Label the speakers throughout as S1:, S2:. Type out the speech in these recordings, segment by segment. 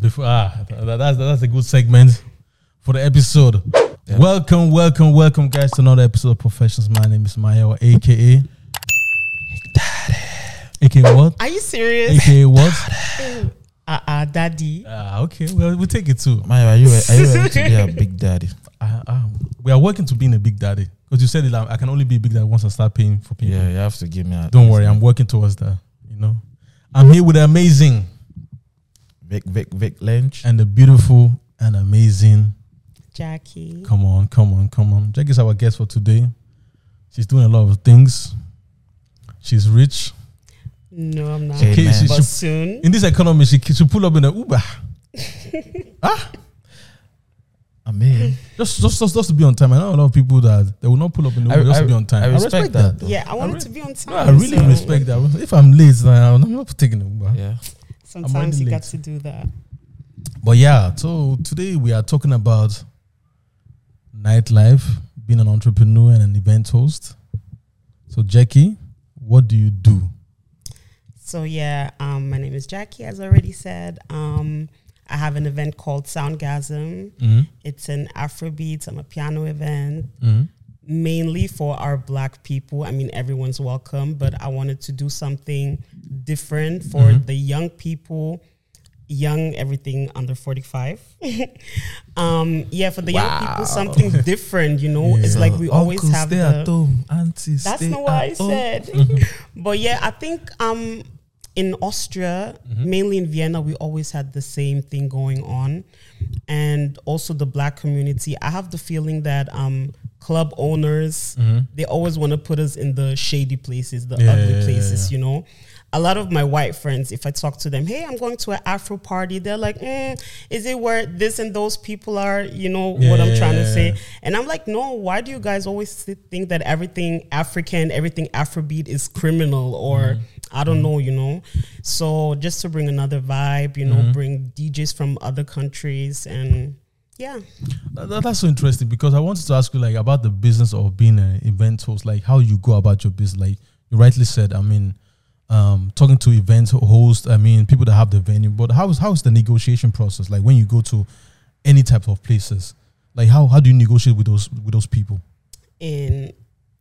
S1: before ah, that, that's that's a good segment for the episode. Welcome, welcome, welcome, guys, to another episode of Professions. My name is Maya, aka aka what?
S2: Are you serious?
S1: aka what?
S2: Uh uh, daddy.
S1: Ah, okay, well, we'll take it too.
S3: Maya, are you re- are you ready to be a big daddy?
S1: I, I- we are working to being a big daddy because you said it. Like, I can only be a big daddy once I start paying for people.
S3: Yeah, you have to give me. A,
S1: Don't worry, I'm working towards that. You know, I'm here with the amazing
S3: Vic Vic Vic Lynch.
S1: and the beautiful and amazing.
S2: Jackie.
S1: Come on, come on, come on. Jack is our guest for today. She's doing a lot of things. She's rich.
S2: No, I'm not.
S3: Okay,
S1: She- she-
S2: But
S1: she-
S2: soon.
S1: in this economy, she she pull up in an Uber
S3: I mean,
S1: just just just, just to be on time. I know a lot of people that they will not pull up in the
S3: I-
S1: Uber just
S3: I-
S1: to be on time.
S3: I respect that.
S2: Yeah, I wanted
S1: really-
S2: to be on time.
S1: No, I really
S2: so
S1: respect that. If I'm late, then I'm not taking the Uber.
S3: yeah.
S2: Sometimes
S1: already
S2: you
S1: late.
S2: got to do that.
S1: But yeah, so today we are talking about nightlife, being an entrepreneur and an event host. So Jackie, what do you do?
S2: So yeah, um, my name is Jackie, as already said. Um, I have an event called Soundgasm.
S1: Mm-hmm.
S2: It's an Afrobeats. I'm a piano event.
S3: Mm-hmm.
S2: mainly for our black people. I mean, everyone's welcome, but I wanted to do something different for
S1: Mhm.
S2: the young people, young everything under 45. um, yeah, for the young people, something different, you know? It's
S1: Yeah.
S2: like we always
S3: Uncle,
S2: have
S3: stay
S2: the,
S3: at home. Auntie,
S2: that's
S3: stay
S2: not what I
S3: at home.
S2: said.
S1: Mm-hmm.
S2: but yeah, I think um in Austria,
S1: Mm-hmm.
S2: mainly in Vienna, we always had the same thing going on. And also the black community. I have the feeling that um club owners they always want to put us in the shady places, the
S1: Mm-hmm. Yeah, yeah,
S2: ugly
S1: yeah,
S2: places, you know. A lot of my white friends, if I talk to them, hey, I'm going to an Afro party, they're like, mm, is it where this and those people are? You know what I'm trying to
S1: Yeah.
S2: say. And I'm like, no, why do you guys always th- think that everything African, everything Afrobeat is criminal or
S1: Mm-hmm.
S2: I don't know, you know? So just to bring another vibe, you know,
S1: Mm-hmm.
S2: bring DJs from other countries and yeah.
S1: That, that- that's so interesting because I wanted to ask you like about the business of being an event host, like how you go about your business. Like you rightly said, I mean, um, talking to event hosts, I mean, people that have the venue. But how is how is the negotiation process like when you go to any type of places? Like how how do you negotiate with those with those people?
S2: In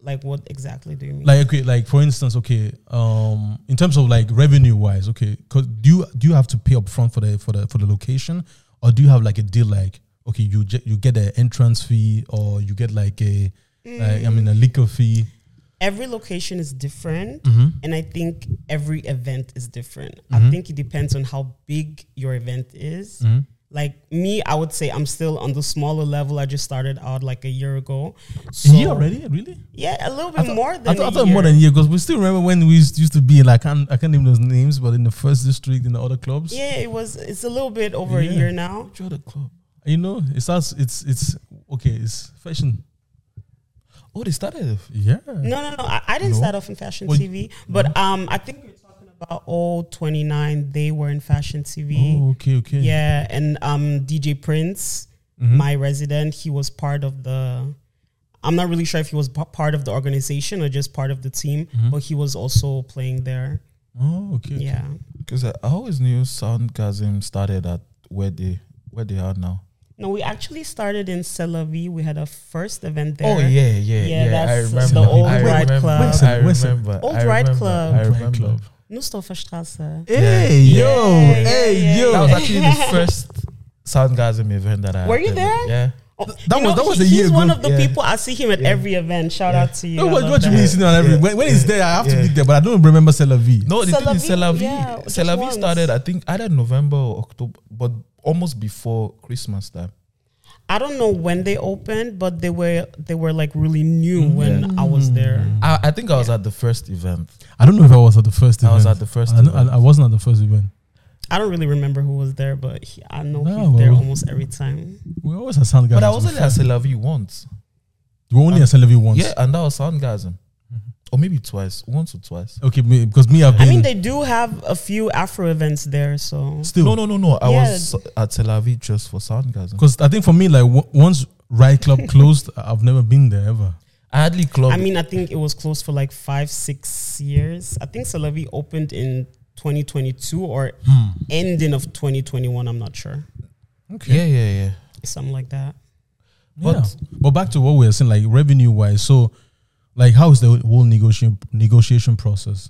S2: like, what exactly do you mean?
S1: Like okay, like for instance, okay, um, in terms of like revenue wise, okay, 'cause do you do you have to pay upfront for the for the for the location, or do you have like a deal like okay, you ge- you get an entrance fee or you get like a like, I mean a liquor fee?
S2: Every location is different.
S1: Mm-hmm.
S2: And I think every event is different.
S1: Mhm.
S2: I think it depends on how big your event is.
S1: Mm-hmm.
S2: Like me, I would say I'm still on the smaller level. I just started out like a year ago.
S1: a
S2: So,
S1: year already, really?
S2: Yeah, a little
S1: I
S2: bit
S1: thought-
S2: more than
S1: I thought,
S2: a
S1: I thought
S2: year.
S1: more than a year because we still remember when we used used to be like I can't I can't name those names, but in the first district in the other clubs,
S2: Yeah, it was. It's a little bit over
S1: Yeah.
S2: a year now.
S3: Join the club.
S1: you know, it starts it's it's okay, it's fashion,
S3: Oh, they started.
S1: yeah.
S2: No, no, no. I, I didn't
S1: No.
S2: start off in fashion
S1: Well,
S2: TV, but um, I think we were talking about all 29. They were in fashion TV.
S1: Oh, okay, okay.
S2: Yeah, and um, DJ Prince,
S1: Mhm.
S2: my resident, he was part of the. I'm not really sure if he was p- part of the organization or just part of the team,
S1: Mm-hmm.
S2: but he was also playing there.
S1: Oh, okay. okay.
S2: Yeah,
S3: Because I, I always knew Soundgasm started at where they where they are now.
S2: no, we actually started in Selavi. We had a first event there.
S3: Oh yeah, yeah, yeah.
S2: Yeah,
S3: I
S2: that's
S3: remember.
S1: the old
S3: I
S1: Ride
S3: remember,
S2: Club.
S1: Where's
S3: I
S1: it? Where's it?
S3: remember.
S2: Old
S3: I
S2: Ride
S3: remember,
S2: Club.
S3: I
S1: Ride
S3: remember.
S1: Club.
S2: Nussdorfer Straße.
S1: Hey
S3: Yeah.
S1: yo,
S2: Yeah,
S1: hey
S2: yeah,
S1: yo.
S2: yeah.
S3: That was actually the first Soundgasm event that I
S2: Were you
S3: attended.
S2: there?
S3: Yeah.
S2: Oh,
S1: that
S2: you
S1: was- that was a
S2: he's
S1: year ago.
S2: one of the
S3: Yeah.
S2: people I see him at
S3: Yeah.
S2: every event. Shout
S3: Yeah.
S2: out to you.
S1: No,
S2: I
S1: what,
S2: love
S1: what you
S2: that.
S1: mean sitting on every
S3: Yeah.
S1: when, when it's
S3: Yeah.
S1: there, I have to
S3: Yeah.
S1: be there, but I don't remember Selavi.
S3: No,
S2: C'est
S3: the
S2: la
S3: thing is,
S2: vie,
S3: C'est la vie.
S2: yeah,
S3: C'est la
S2: just
S3: vie
S2: once.
S3: started, I think, either November or October, but almost before Christmas time.
S2: I don't know when they opened, but they were they were like really new
S1: Mm-hmm.
S2: when I was there.
S3: I, I think I was at the first event.
S1: I don't know if I was at the first event.
S3: I was at the first
S1: I, know-
S3: event.
S1: I, I wasn't at the first event.
S2: I don't really remember who was there, but he, I know
S1: No,
S2: he's there
S1: well-
S2: almost every time.
S1: We always at Soundgasm.
S3: But I was only at C'est la vie once.
S1: We were only at Selavi once. Mm-hmm.
S3: Yeah, and that was Soundgasm. Or maybe twice, once or twice.
S1: Okay, me, because me, I've
S2: I
S1: been
S2: mean, they do have a few Afro events there, so
S1: still
S3: No, no, no, no. I
S2: Yeah.
S3: was at Tel Aviv just for Soundgasm.
S1: because I think for me, like w- once Right Club closed, I've never been there ever.
S3: I hardly club.
S2: I mean, I think it was closed for like five, six years. I think Salavi opened in 2022 or ending of 2021. I'm not sure.
S3: Yeah, yeah, yeah.
S2: Something like that.
S1: But
S3: But-
S1: but back to what we were saying, like revenue wise. So, like, how is the whole negotiation negotiation process?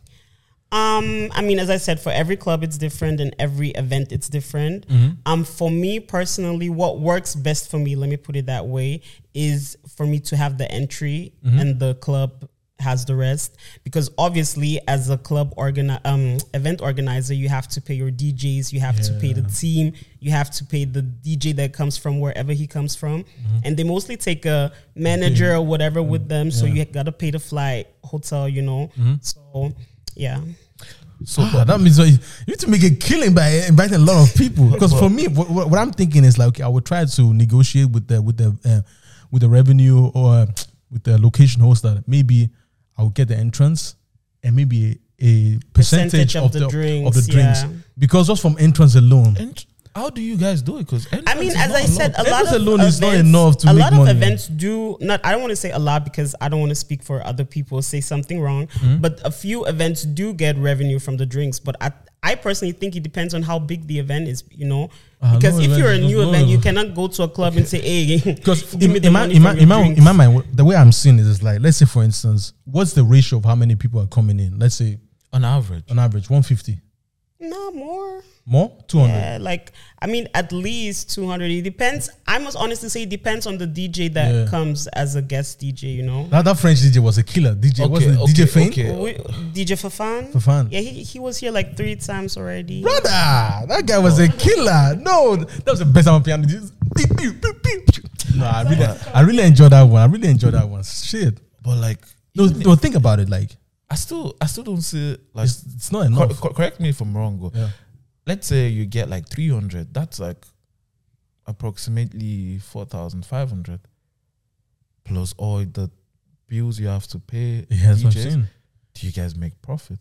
S2: Um, I mean, as I said, for every club it's different, and every event it's different. Um, for me personally, what works best for me, let me put it that way, is for me to have the entry and the club has the rest because obviously as a club organi- um event organizer you have to pay your DJs you have to pay the team you have to pay the DJ that comes from wherever he comes from and they mostly take a manager or whatever with them so you got to pay the flight hotel you know so yeah.
S3: So,
S1: Ah,
S3: but
S1: that means like, you need to make a killing by inviting a lot of people. Because for me, what, what, what I'm thinking is like, okay, I would try to negotiate with the with the uh, with the revenue or uh, with the location host that maybe I would get the entrance and maybe a, a percentage, of, the, of the
S2: drinks,
S1: drinks
S2: yeah.
S1: because just from entrance alone.
S3: ent- how do you guys do it? Because
S2: I mean, as I said, a lot
S1: Entrance
S2: of
S1: alone
S2: events,
S1: is not enough to
S2: a
S1: make
S2: lot of
S1: money.
S2: events do not. I don't want to say a lot because I don't want to speak for other people, say something wrong.
S1: Mm-hmm.
S2: But a few events do get revenue from the drinks. But I, I personally think it depends on how big the event is. You know,
S1: Ah,
S2: because
S1: no
S2: if
S1: event
S2: you're a
S1: is
S2: new
S1: just
S2: event, you
S1: no.
S2: cannot go to a club and say, "Hey,
S1: Because
S2: give
S1: in,
S2: me
S1: in,
S2: the
S1: my,
S2: money
S1: in,
S2: from
S1: my,
S2: your
S1: in, my,
S2: drinks."
S1: in my mind, what- the way I'm seeing it is like, let's say, for instance, what's the ratio of how many people are coming in? Let's say,
S3: on average,
S1: on average, 150.
S2: no more."
S1: More? 200.
S2: Yeah, like I mean, at least two hundred. It depends. I must honestly say, it depends on the DJ that
S1: Yeah.
S2: comes as a guest DJ. You know,
S1: That, that French DJ was a killer. DJ
S3: Okay,
S1: wasn't it?
S3: okay,
S1: DJ Fane.
S3: okay.
S2: We- DJ Fafan.
S1: Fafan.
S2: Yeah, he, he was here like three times already.
S1: Brother, that guy was a killer. No, that was the best time on piano. Just pew, pew, pew, pew, pew. No, I really, I really enjoyed that one. I really enjoyed that one. Shit.
S3: but like,
S1: No,
S3: even
S1: no, think about it. Like,
S3: I still, I still don't see like.
S1: it's, it's not
S3: Cor-
S1: enough.
S3: cor- correct me if I'm wrong. Go.
S1: Yeah.
S3: Let's say you get like 300. That's like approximately 4,500 plus all the bills you have to pay.
S1: Yeah, that's what I'm
S3: DJs.
S1: saying.
S3: Do you guys make profit?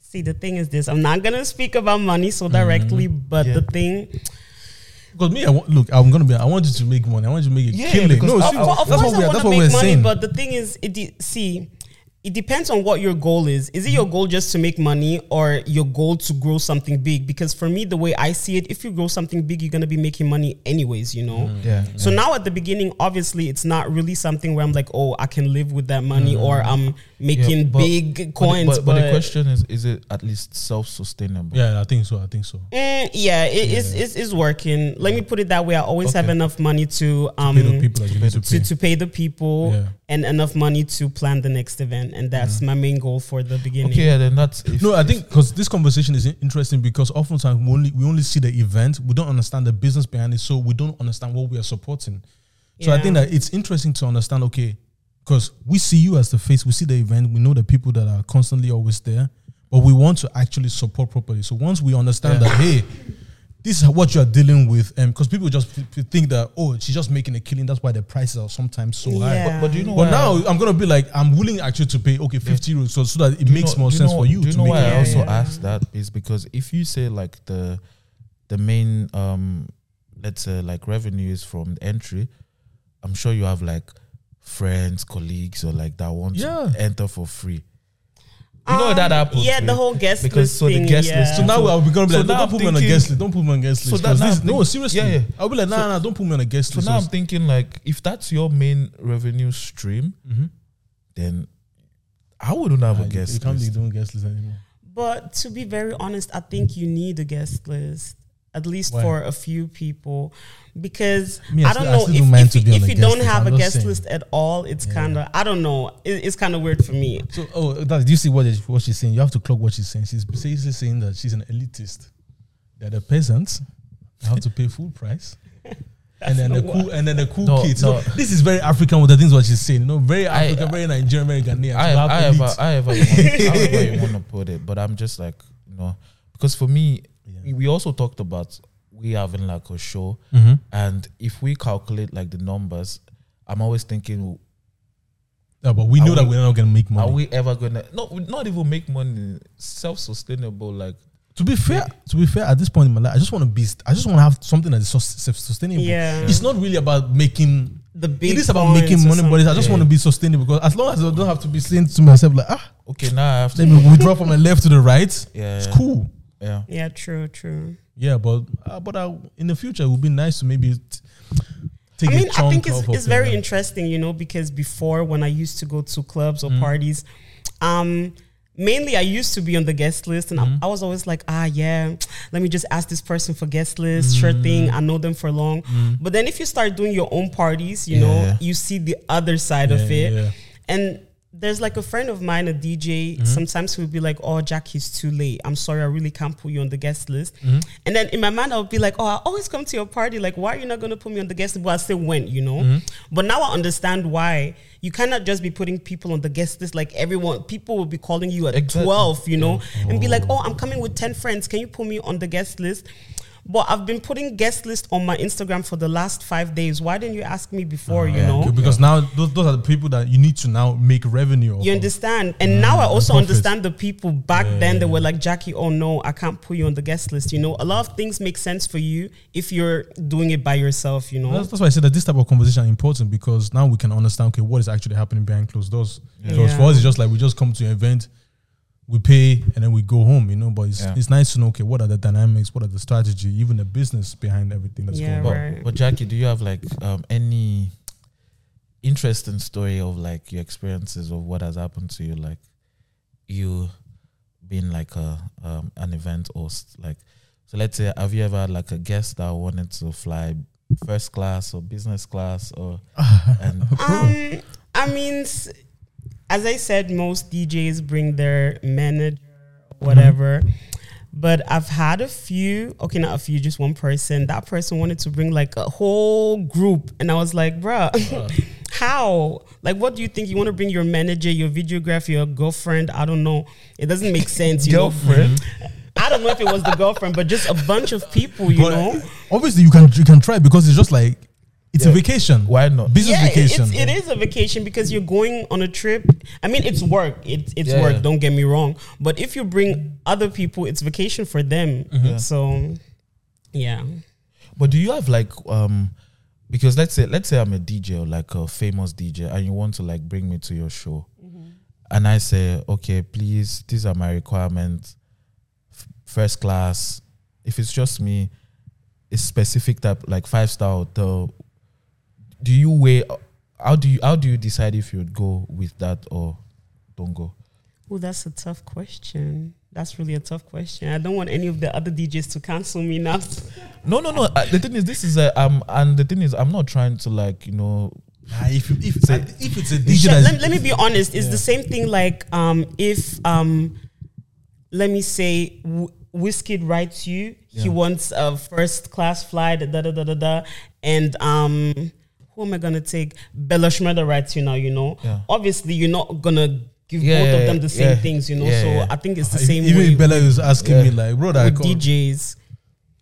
S2: See, the thing is this I'm not going to speak about money so
S1: Mm-hmm.
S2: directly, but
S3: Yeah.
S2: the thing,
S1: Because me, I want, look, I'm gonna be. I want you to make money. I want you to make a
S3: Yeah,
S1: killing.
S3: because
S1: No,
S3: of-
S1: see,
S3: of
S1: that's
S2: of course,
S1: what we
S2: I
S1: are.
S2: want
S1: That's
S2: to
S1: what
S2: make
S1: we're
S2: money,
S1: saying.
S2: but the thing is, it de- see, it depends on what your goal is. Is it your goal just to make money or your goal to grow something big? Because for me, the way I see it, if you grow something big, you're going to be making money anyways, you know?
S3: Yeah.
S2: So now at the beginning, obviously, it's not really something where I'm like, oh, I can live with that money or I'm making
S3: Mm-hmm. but-
S2: big coins.
S3: But, the- but, but the question is is it at least self sustainable?
S1: yeah, I think so. I think so.
S2: Mm, yeah, it, It's, it's, it's working. Let me put it that way. I always have
S3: Okay.
S2: enough money to um
S1: Pay the people that you need to
S2: to,
S1: pay.
S2: to pay the people
S1: Yeah.
S2: and enough money to plan the next event, and that's my main goal for the beginning.
S3: Okay, yeah, then that's. If,
S1: No, I think because this conversation is in- interesting because oftentimes we only we only see the event, we don't understand the business behind it, so we don't understand what we are supporting. So I think
S2: Yeah.
S1: that it's interesting to understand. Okay, because we see you as the face, we see the event, we know the people that are constantly always there, but we want to actually support properly. So once we understand that, hey. This is what you are dealing with, and because people just th- th- think that oh, she's just making a killing. That's why the prices are sometimes so high.
S2: Yeah.
S3: But, but do you know
S1: But
S3: why
S1: now I'm gonna be like, I'm willing actually to pay okay 50 euros so, so that it
S3: Do you
S1: makes
S3: know-
S1: more
S3: do
S1: sense
S3: know-
S1: for you
S3: Do you
S1: to
S3: know
S1: make
S3: why
S1: it.
S3: I
S2: Yeah,
S3: also
S2: yeah.
S3: asked that is because if you say like the the main um let's say like revenue is from the entry, I'm sure you have like friends, colleagues, or like that want
S1: Yeah.
S3: to enter for free. You know that happens.
S2: Um, Yeah, the
S3: with-
S2: whole guest
S3: because
S2: list
S3: so the
S2: thing,
S3: guest
S2: yeah.
S3: list-
S1: So now
S3: So-
S1: I'll be gonna be
S3: so
S1: like,
S3: now
S1: don't
S3: I'm
S1: put me on a
S3: thinking-
S1: guest list. Don't put me on a guest
S3: So
S1: list.
S3: that
S1: 'Cause
S3: now
S1: this-
S3: I'm
S1: no,
S3: thinking-
S1: seriously.
S3: yeah, yeah.
S1: I'll be like, nah,
S3: So-
S1: nah, don't put me on a guest
S3: So
S1: list.
S3: now I'm thinking like if that's your main revenue stream,
S1: Mhm.
S3: then I wouldn't have
S1: Nah,
S3: a
S1: you-
S3: guest
S1: You can't be
S3: list.
S1: doing guest list anymore.
S2: But to be very honest, I think you need a guest list. At least
S1: Why?
S2: for a few people, because
S1: Me, I
S2: I,
S1: still-
S2: don't
S1: I
S2: know
S1: still
S2: if,
S1: don't mind
S2: if,
S1: to
S2: you-
S1: be on
S2: if
S1: the
S2: you
S1: guest
S2: don't
S1: list, I'm
S2: have a
S1: just
S2: guest
S1: saying.
S2: list at all, it's kind of I don't know, it, it's kind of weird for me.
S1: So oh, that, do you see what is- what she's saying? You have to clock what she's saying. She's basically saying that she's an elitist. They're the peasants. They have to pay full price. And then the
S2: not
S1: cool, and then the cool
S3: No,
S1: kids.
S3: no.
S1: So this is very African. What I think is what she's saying. You know, very
S3: I-
S1: African, very Nigerian, very Ghanaian.
S3: I,
S1: to have
S3: I,
S1: elite.
S3: ever, I ever, however you want to put it, but I'm just like, you know, because for me, we- we also talked about we having like a show,
S1: Mm-hmm.
S3: and if we calculate like the numbers, I'm always thinking,
S1: Yeah, but we
S3: Are
S1: know that
S3: we-
S1: we're not gonna make money.
S3: are we ever gonna not not even make money, self sustainable? Like,
S1: to be fair, to be fair, at this point in my life, I just want to be. I just want to have something that is sus- sus- sustainable.
S2: Yeah.
S1: It's not really about making.
S2: The big
S1: it is about
S2: coins
S1: making
S2: or
S1: money, but it's- I just
S3: something.
S1: want to be sustainable because as long as I don't have to be saying to myself like, ah,
S3: okay, now I have
S1: let
S3: to,
S1: me withdraw from the left to the right.
S3: yeah,
S1: It's cool.
S3: Yeah.
S2: Yeah, true, true.
S1: Yeah, but uh, but I, in the future, it would be nice to maybe t- take
S2: I mean,
S1: a chunk
S2: I think it's,
S1: off of
S2: it's very
S1: the-
S2: interesting, you know, because before when I used to go to clubs
S1: Mm.
S2: or parties, um, mainly I used to be on the guest list, and
S1: Mm.
S2: I, I was always like, ah, yeah, let me just ask this person for guest list, sure
S1: Mm.
S2: thing, I know them for long. But then if you start doing your own parties, you know,
S3: Yeah.
S2: you see the other side
S1: Yeah,
S2: of it,
S1: yeah, yeah.
S2: and. There's like a friend of mine, a DJ. Sometimes he would be like, "Oh, Jack, he's too late. I'm sorry, I really can't put you on the guest list." And then in my mind, I would be like, "Oh, I always come to your party. Like, why are you not going to put me on the guest list?" But I still went, you know. But now I understand why you cannot just be putting people on the guest list. Like everyone, people will be calling you at
S3: Exactly.
S2: twelve, you know, and be like, "Oh, I'm coming with ten friends. Can you put me on the guest list?" But I've been putting guest list on my Instagram for the last five days. Why didn't you ask me before? you
S1: Ah, Yeah,
S2: know,
S1: okay, because now those, those are the people that you need to now make revenue. off
S2: you
S1: of.
S2: understand? And now I also
S1: profits.
S2: understand the people back then that were like, Jackie, oh no, I can't put you on the guest list. You know, a lot of things make sense for you if you're doing it by yourself, you know?
S1: That's, that's why I said that this type of conversation is important because now we can understand okay what is actually happening behind closed doors. Because for
S2: Yeah.
S1: us, it's just like we just come to an event, we pay, and then we go home. You know, but it's,
S3: Yeah.
S1: it's nice to know okay what are the dynamics, what are the strategy, even the business behind everything that's
S2: Yeah,
S1: going on.
S3: But,
S2: Right.
S3: but Jackie, do you have like um, any interesting story of like your experiences of what has happened to you, like you being like a um, an event host, like so? Let's say, have you ever had like a guest that wanted to fly first class or business class or and
S2: Um, I mean, s- as I said, most DJs bring their manager, whatever. But I've had a few, okay, not a few, just one person. That person wanted to bring like a whole group. And I was like, bruh, how? Like, what do you think? You want to bring your manager, your videographer, your girlfriend? I don't know. It doesn't make sense. You
S3: Girlfriend?
S2: Know? I don't know if it was the girlfriend, but just a bunch of people, you
S1: But,
S2: know?
S1: uh, obviously you can you can try because it's just like it's a
S3: Yeah.
S1: vacation.
S3: why not?
S1: Business vacation.
S2: It's, it is a vacation because you're going on a trip. I mean, it's work. It's it's
S3: Yeah,
S2: work.
S3: yeah.
S2: Don't get me wrong. But if you bring other people, it's vacation for them. So, yeah.
S3: But do you have like um because let's say let's say I'm a DJ or like a famous DJ and you want to like bring me to your show and I say, Okay, please, these are my requirements. F- first class. If it's just me, it's specific type like five star hotel. Do you weigh how do you how do you decide if you'd go with that or don't go?
S2: Well, that's a tough question. That's really a tough question. I don't want any of the other DJs to cancel me now.
S3: No, no, no. uh, The thing is, this is a um, and the thing is, I'm not trying to like you know.
S1: Ah, if, you- if,
S3: Say-
S1: if it's a
S2: Sh-
S1: digital,
S2: let, let me be honest. It's the same thing like um, if, um, let me say, w- Whiskey writes you, he
S3: Yeah.
S2: wants a first class flight, da da da da da. And um, who am I going to take? Bella Schmurder writes you now, you know.
S3: Yeah.
S2: Obviously, you're not going to give
S3: Yeah,
S2: both of
S3: yeah,
S2: them the same
S3: yeah.
S2: things, you know.
S3: Yeah,
S2: so
S3: yeah.
S2: I think it's the
S1: if-
S2: same
S1: even
S2: way
S1: if Bella is asking
S3: Yeah.
S1: me like, bro, I
S2: with
S1: can't.
S2: DJs.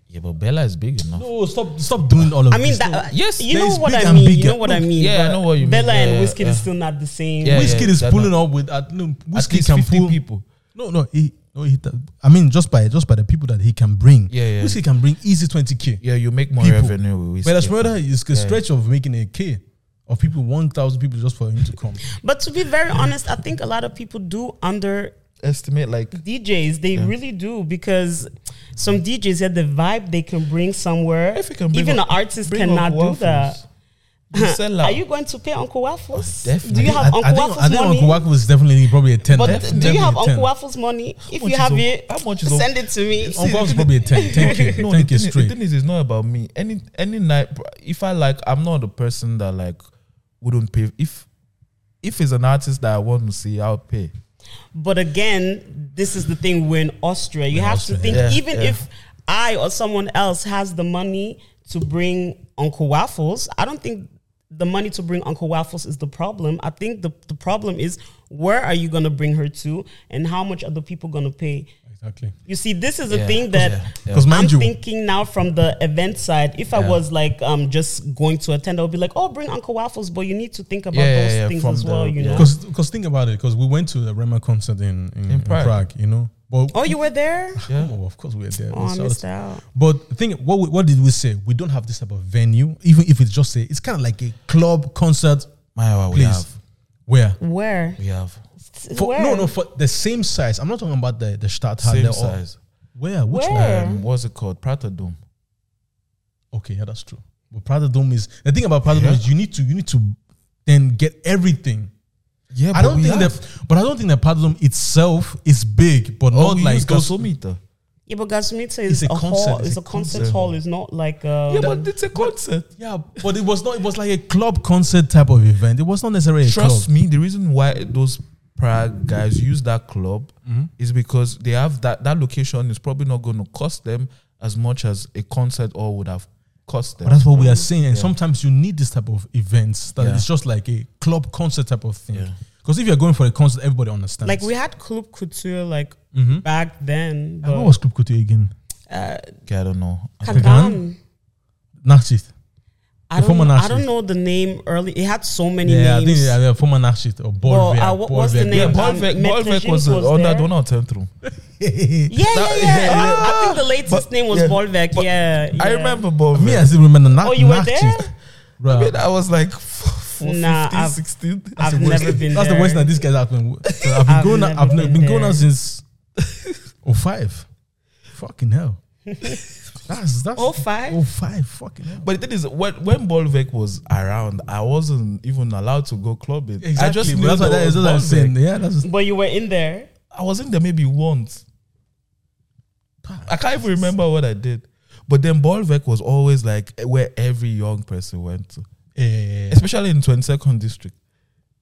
S3: Yeah, but Bella is big enough.
S1: No, stop, stop doing all of
S2: I mean,
S1: this. No.
S2: that, uh,
S3: Yes,
S2: you
S1: there
S2: know
S1: is
S2: what
S1: big
S2: I
S1: and
S2: mean. You
S1: bigger.
S2: know what I mean.
S3: Yeah, I
S2: but
S3: know what you mean.
S2: Bella
S3: Yeah,
S2: and
S3: yeah,
S2: Whiskey
S3: yeah.
S2: is still not the same.
S3: Yeah,
S1: Whiskey is
S3: that-
S1: pulling up with uh, no, Whiskey
S3: least
S1: can
S3: 50
S1: pull
S3: people.
S1: No, no, he, no, he, th- I mean, just by just by the people that he can bring.
S3: Yeah, yeah.
S1: Whiskey can bring easy twenty k.
S3: Yeah, you make more
S1: People.
S3: revenue with whiskey.
S1: But as brother is a
S3: Yeah.
S1: stretch of making a k of people one thousand people just for him to come.
S2: But to be very honest, I think a lot of people do under
S3: estimate like
S2: DJs. They really do because some DJs had the vibe they can bring somewhere.
S3: If you can bring
S2: Even
S3: up-
S2: an artist
S3: bring
S2: cannot do
S3: up
S2: that.
S3: waffles. You sell out.
S2: Are you going to pay Uncle Waffles?
S3: definitely.
S2: Do you have
S1: I, I
S2: Uncle
S1: think,
S2: Waffles
S1: I think
S2: money?
S1: Uncle Waffle was definitely probably a ten.
S2: but
S1: Def-
S2: do
S1: definitely
S2: you have
S1: a
S2: Uncle
S1: 10.
S2: Waffles money? If
S3: much
S2: you
S3: is
S2: have
S3: Uncle-
S2: it,
S3: how much is Uncle-
S2: send it to me.
S1: Uncle Waffle's probably a 10, 10 k,
S3: no, the
S1: ten k
S3: thing, is, the
S1: straight.
S3: thing is, it's not about me. Any any night, bro, if I like, I'm not the person that like wouldn't pay. If if it's an artist that I want to see, I'll pay.
S2: But again, this is the thing. We're in Austria. You have
S1: Austria.
S2: to think,
S3: Yeah,
S2: even
S3: yeah.
S2: if I or someone else has the money to bring Uncle Waffles, I don't think the money to bring Uncle Waffles is the problem. I think the, the problem is where are you going to bring her to and how much are the people going to pay?
S1: Exactly.
S2: You see, this is a
S3: Yeah,
S2: thing that.
S3: yeah,
S1: Because mind
S2: I'm
S1: you,
S2: thinking now from the event side. If I
S3: Yeah.
S2: was like um just going to attend, I would be like, "Oh, bring Uncle Waffles," but you need to think about
S3: Yeah, yeah,
S2: those
S3: yeah,
S2: things
S3: from
S2: as well.
S3: the-
S2: you
S3: yeah.
S2: know.
S1: because because think about it, because we went to the Rema concert in in, in Prague.
S3: Prague.
S1: you know. But
S2: Oh, you were there.
S3: Yeah.
S1: oh, of course we were there.
S2: Oh, I
S1: Shout out
S2: missed
S1: to-
S2: out.
S1: But the thing, what we- what did we say? We don't have this type of venue, even if it's just a. It's kind of like a club concert
S3: My, uh, we
S1: place.
S3: have,
S1: Where?
S2: Where?
S3: we have
S1: For, no, no, for the same size. I'm not talking about the the Stadthalle
S3: same
S1: or
S3: size.
S1: Where? Which
S2: Where?
S3: Um, what's it called? Prata Dome.
S1: one? Okay, yeah, that's true. But Prada Dome is the thing about Prada Dome
S3: Yeah.
S1: is you need to you need to then get everything.
S3: Yeah,
S1: I don't think that, but I don't think that Prada Dome itself is big, but
S3: Oh,
S1: not
S3: we
S1: like
S3: use
S1: Gas-
S3: gasometer.
S2: Yeah, but Gasumita is
S1: It's a
S2: a,
S1: concert,
S2: hall.
S1: it's
S2: It's,
S1: a
S2: a concert,
S1: concert.
S2: hall. It's not like uh
S3: Yeah, but it's a concert.
S1: Yeah, but it was not. It was like a club concert type of event. It was not necessarily a
S3: Trust
S1: club.
S3: me, the reason why those Prague guys use that club
S1: Mm-hmm.
S3: is because they have that that location is probably not going to cost them as much as a concert or would have cost them.
S1: But that's what we are saying. And sometimes you need this type of events that it's just like a club concert type of thing.
S3: Yeah.
S1: Because if you're going for a concert, everybody understands.
S2: like we had Club Couture like
S1: Mhm.
S2: back then.
S1: And what
S2: But,
S1: was Club Couture again?
S2: uh,
S3: Okay, I don't know.
S2: Kankan.
S1: Nachshit.
S2: I
S1: The
S2: don't,
S1: former
S2: know, I
S1: Nazi.
S2: don't know the name early. It had so many
S1: Yeah, I think
S2: names.
S1: yeah, yeah, former Nachshit or Borvia.
S2: uh, what was the
S1: Borvia.
S3: Yeah,
S2: name? Um,
S3: Bolvec Bolvec
S2: Metrogen
S3: was, uh, oh,
S2: was
S3: on that
S2: there.
S3: one centrum.
S2: yeah, yeah,
S3: That-
S2: yeah.
S3: yeah,
S2: Ah,
S3: yeah.
S2: I think the latest
S3: But-
S2: name was
S3: yeah,
S2: Volvec.
S3: but
S2: yeah, yeah.
S3: I remember
S1: Me, I
S3: Bolvec.
S1: still remember Nach-
S2: Oh, you were
S1: Nachshit.
S2: there?
S1: Bruh,
S3: I mean, I was like four,
S2: Nah,
S3: 15,
S2: I've-
S3: 16.
S2: I've
S3: That's the worst.
S2: never been
S1: that's the
S2: there.
S1: worst that these guys have been. I've been
S2: I've
S1: going out.
S2: never
S1: I've ne-
S2: been
S1: been going out
S2: there.
S1: since oh five. Fucking hell. That's that's
S2: Oh, five?
S1: Oh five. Fucking hell.
S3: But the thing is, when, when Bolvec was around, I wasn't even allowed to go clubbing. I just knew
S1: that's what
S3: there
S1: that is.
S3: was
S1: That's what I'm
S3: Bolvec.
S1: saying. Yeah, that's just,
S2: But you were in there.
S3: I was in there maybe once. I can't even remember what I did. But then Bolvec was always like where every young person went to,
S1: yeah, yeah, yeah.
S3: especially in 22nd District.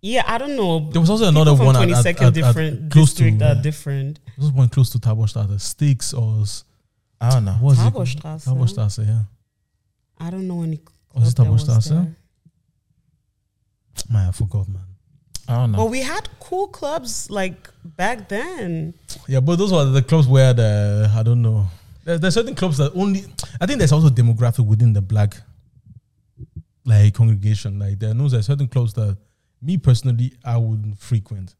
S2: Yeah, I don't know.
S1: There was also another
S2: from
S1: one at- at-
S2: 22nd
S1: at- at
S2: different
S1: close to-
S2: district are
S1: yeah.
S2: different.
S1: There was one close to Tabor Starter, Sticks or s-
S3: I don't know.
S1: what was it?
S2: Taborstraße.
S1: Taborstraße, yeah.
S2: I don't know any.
S1: Was it
S2: club that
S1: Taborstraße?
S2: there.
S1: Man, I forgot, man.
S3: I don't
S1: Oh.
S2: But
S3: know.
S2: we had cool clubs like back then.
S1: Yeah, but those were the clubs where the I don't know. There, there's certain clubs that only I think there's also demographic within the black like congregation. Like there are no- there are certain clubs that me personally I wouldn't frequent.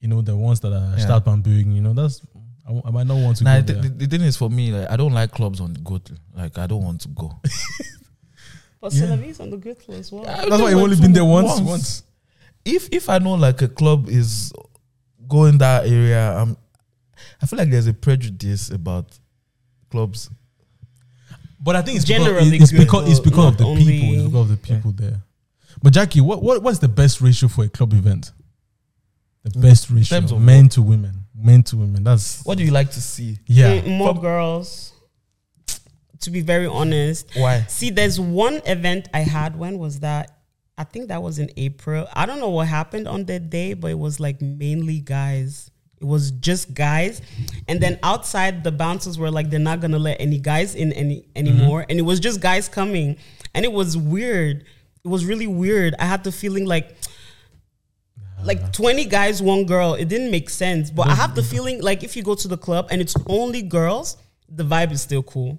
S1: You know, the ones that are
S3: Yeah.
S1: start bambooing, you know, that's I, w- I might not want to
S3: Nah,
S1: go
S3: the,
S1: there.
S3: the, the thing is for me, like I don't like clubs on go to. Like I don't want to go.
S2: But
S1: Yeah.
S2: Celavi is on the good list. Well,
S3: I
S1: That's why
S3: went
S1: I've only
S3: to
S1: been there once. Once.
S3: If if I know like a club is going that area, um, I feel like there's a prejudice about clubs.
S1: But I think it's
S2: Generally
S1: because, it's
S2: good,
S1: because it's
S2: but
S1: because of
S2: not
S1: the
S2: only-
S1: people. It's because of the people there. But Jackie, what, what what's the best ratio for a club event?
S2: Mm.
S1: The best ratio,
S3: terms of
S1: men to women, men to women. That's
S3: What do you like to see?
S1: yeah.
S2: Mm, more
S3: Prob-
S2: girls. To be very honest,
S3: Why?
S2: see, there's one event I had. When was that? I think that was in April. I don't know what happened on that day, but it was like mainly guys. It was just guys, and then outside the bouncers were like, they're not gonna let any guys in any anymore, and it was just guys coming, and it was weird. It was really weird. I had the feeling like like 20 guys, one girl. It didn't make sense. But I have the feeling like if you go to the club and it's only girls, the vibe is still cool.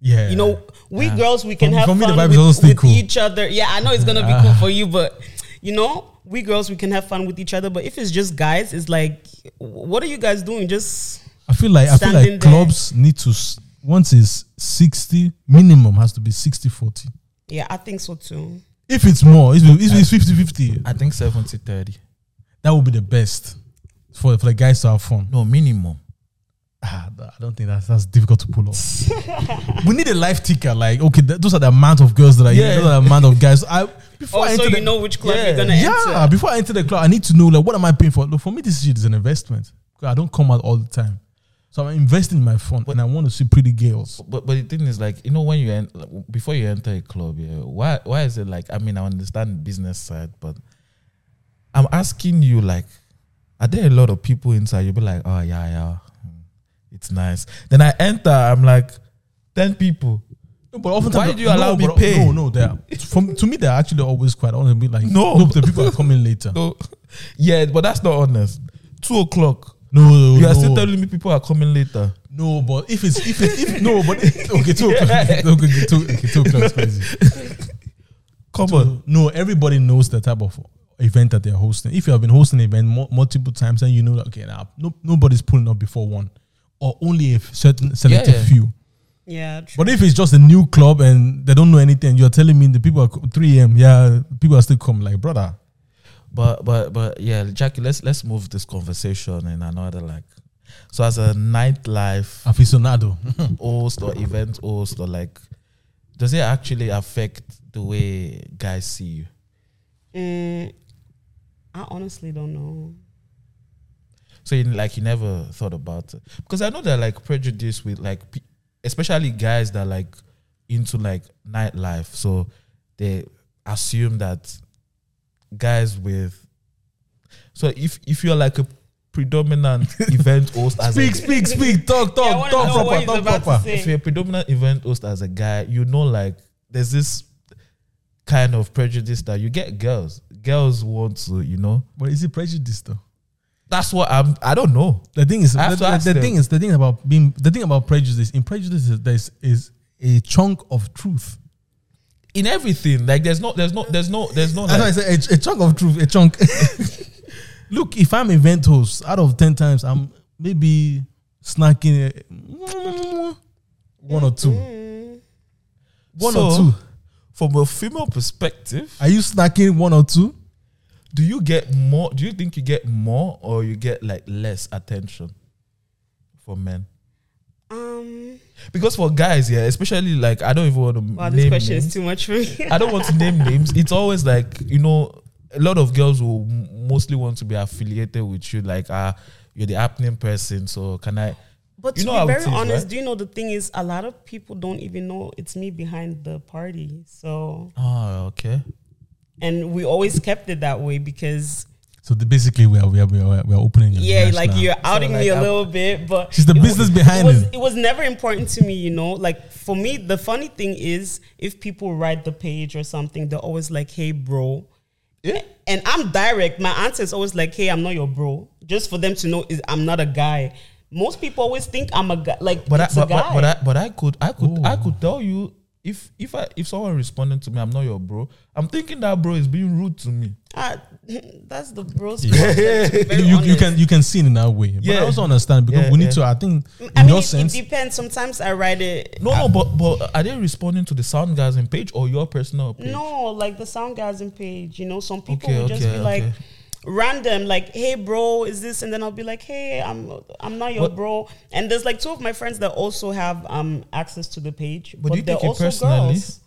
S1: Yeah.
S2: You know, we girls, we can
S1: For-
S2: have
S1: for me, the
S2: fun
S1: vibe is
S2: with,
S1: also still
S2: with
S1: cool.
S2: each other. Yeah, I know it's going to be cool for you, but you know, we girls, we can have fun with each other. But if it's just guys, it's like, what are you guys doing? Just,
S1: I feel like I feel like
S2: standing there.
S1: clubs need to s- once it's 60 minimum has to be 60 40.
S2: yeah, I think so too.
S1: If it's more, if it's, if it's 50 50,
S3: I think 70 30.
S1: that would be the best for for the guys to have fun.
S3: No, minimum.
S1: Ah, th- I don't think that's that's difficult to pull off. we need a life ticker. Like, okay, th- those are the amount of girls that are here.
S3: Yeah.
S1: Those are the amount of guys. I before
S2: Oh,
S1: I
S2: so
S1: enter
S2: you
S1: the,
S2: know which club
S3: Yeah.
S2: you're going to
S1: yeah,
S2: enter.
S1: before I enter the club, I need to know like what am I paying for. Look, for me, this shit is an investment. 'Cause I don't come out all the time, so I'm investing in my phone and I want to see pretty girls.
S3: But but the thing is like, you know, when you en- like, w- before you enter a club, yeah, why why is it like I mean I understand business side, but I'm asking you like are there a lot of people inside? You'll be like, oh yeah, yeah. mm, It's nice. Then I enter, I'm like, ten people.
S1: No, but oftentimes,
S3: Why do you allow me
S1: but-
S3: pay?
S1: No, no, they're from to me they're actually always quiet. I want to be like
S3: No.
S1: nope, the people are coming later.
S3: So yeah, but that's not honest. Two o'clock.
S1: No, no,
S3: You
S1: no,
S3: are still telling me people are coming later.
S1: no. But if it's if it, if no, but okay, two o'clock. Okay, two, okay, two o'clock is crazy.
S3: Come
S1: So,
S3: on.
S1: no, everybody knows the type of event that they're hosting. If you have been hosting an event mul- multiple times and you know that okay, now no, nobody's pulling up before one, or only a f- certain selected
S3: yeah.
S1: few.
S2: Yeah, true.
S1: But if it's just a new club and they don't know anything, you're telling me the people are co- 3 a.m. Yeah, people are still coming. Like brother,
S3: But but but yeah, Jackie, let's let's move this conversation in another like So as a nightlife
S1: Aficionado.
S3: host or event host or like, does it actually affect the way guys see you?
S2: Mm, I honestly don't know.
S3: So you, like you never thought about it because I know they're like prejudiced with like, pe- especially guys that like into like nightlife, so they assume that guys with. So if if you're like a predominant event host as
S1: speak,
S3: a,
S1: speak, speak. Talk,
S2: I
S1: talk,
S2: wanna
S1: Oh, talk
S2: know what
S1: proper,
S2: he's
S1: talk
S2: about to
S1: proper.
S2: say.
S3: if you're a predominant event host as a guy, you know like there's this kind of prejudice that you get girls. Girls want to, you know.
S1: But is it prejudice though?
S3: That's what I'm I don't know.
S1: The thing is,
S3: I have
S1: the,
S3: to ask
S1: the
S3: them.
S1: thing is, the thing about being, the thing about prejudice. In prejudice, is there is, is a chunk of truth.
S3: In everything, like there's no there's no there's no there's no
S1: That's why I said
S3: like,
S1: a, ch- a chunk of truth, a chunk. Look, if I'm event host, out of ten times, I'm maybe snacking a, one or two,
S2: Mm.
S1: one or
S3: So-
S1: two.
S3: from a female perspective,
S1: Are you snacking one or two?
S3: do you get more do you think you get more or you get like less attention for men?
S2: Um,
S3: Because for guys, yeah, especially like I don't even want to
S2: wow,
S3: name
S2: this question
S3: names.
S2: is too much for me.
S3: I don't want to name names. It's always like you know, a lot of girls will m- mostly want to be affiliated with you. Like, ah, you're the happening person, so can I?
S2: But
S3: You
S2: to
S3: know how
S2: be
S3: it
S2: very
S3: is,
S2: honest,
S3: right?
S2: do you know the thing is a lot of people don't even know it's me behind the party. So
S3: Oh, okay.
S2: and we always kept it that way because
S1: So the, basically, we are we are we are, we are opening. a
S2: yeah,
S1: branch
S2: like
S1: now.
S2: you're outing
S3: like,
S2: me a
S3: I'm-
S2: little bit, but
S1: She's the
S2: it wa-
S1: business behind
S2: it. Was,
S1: it.
S2: it was never important to me, you know. Like for me, the funny thing is if people write the page or something, they're always like, "Hey, bro." Yeah. And I'm direct. My answer is always like, "Hey, I'm not your bro," just for them to know is I'm not a guy. Most people always think I'm a guy. Like,
S3: But I,
S2: it's
S3: but,
S2: a guy.
S3: but, but I but I could I could I
S1: Ooh.
S3: could tell you if if I if someone responded to me, I'm not your bro. I'm thinking that bro is being rude to me.
S2: Ah, that's the bros.
S1: you, you can you can see it in that way, but I
S3: Yeah.
S1: also understand because
S3: Yeah,
S1: we need
S3: yeah.
S1: to. I think in
S2: I mean,
S1: your
S2: it,
S1: sense,
S2: it depends. Sometimes I write it.
S3: No, no, but but are they responding to the sound guys in page or your personal page?
S2: No, like the sound guys in page. You know, some people
S3: Okay,
S2: will just
S3: okay,
S2: be like
S3: okay.
S2: random, like, "Hey, bro, is this?" And then I'll be like, "Hey, I'm I'm not your
S3: But-
S2: bro." And there's like two of my friends that also have um access to the page, but,
S3: do you
S2: they're
S3: take it
S2: also
S3: personally?
S2: girls.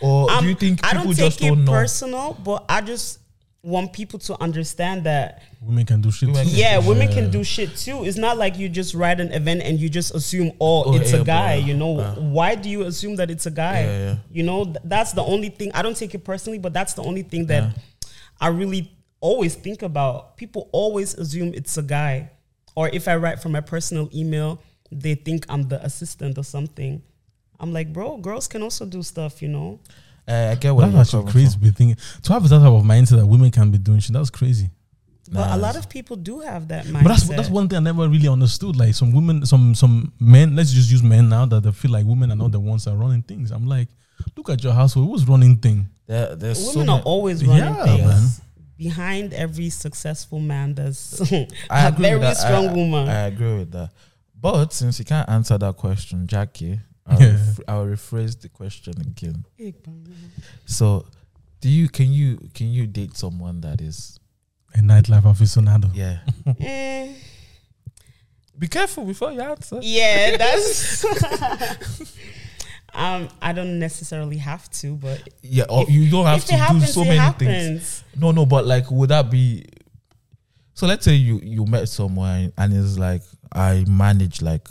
S3: Or do you
S2: Um,
S3: think
S2: I
S3: people
S2: don't
S3: just
S2: take it
S3: don't know?
S2: personal, but I just want people to understand that
S1: women can do shit.
S3: Women can
S2: yeah, women can do shit too. It's not like you just ride an event and you just assume, oh,
S3: Oh,
S2: it's
S3: yeah,
S2: a guy.
S3: bro.
S2: You know, why do you assume that it's a guy?
S3: Yeah, yeah.
S2: You know, th- that's the only thing. I don't take it personally, but that's the only thing that I really always think about. People always assume it's a guy, or if I write from my personal email, they think I'm the assistant or something. I'm like, bro, girls can also do stuff. You know,
S3: Uh, I get what
S1: That's
S3: you're
S1: actually
S3: coming
S1: crazy. to Be thinking to have that type of mindset that women can be doing shit. That's crazy.
S2: but a lot of people do have that mindset.
S1: But that's that's one thing I never really understood. Like some women, some some men. Let's just use men now that they feel like women are not the ones that are running things. I'm like, look at your household. Who's running thing?
S3: There, there's so
S2: Women
S3: many-
S2: are always running
S1: Yeah,
S2: things.
S1: man.
S2: Behind every successful man, there's a
S3: I agree
S2: very
S3: with that. I-
S2: strong
S3: I-
S2: woman.
S3: I, agree with that. But since you can't answer that question, Jackie, I'll,
S1: Yeah.
S3: rephr- I'll rephrase the question again. So, do you can you can you date someone that is
S1: A nightlife aficionado.
S3: yeah?
S2: Mm,
S3: Be careful before you answer.
S2: yeah, that's. um, I don't necessarily have to, but
S3: Yeah, or you don't have
S2: if
S3: to
S2: it happens,
S3: do so
S2: it
S3: many things.
S2: happens.
S3: No, no, but like, would that be? So let's say you you met someone and it's like I manage like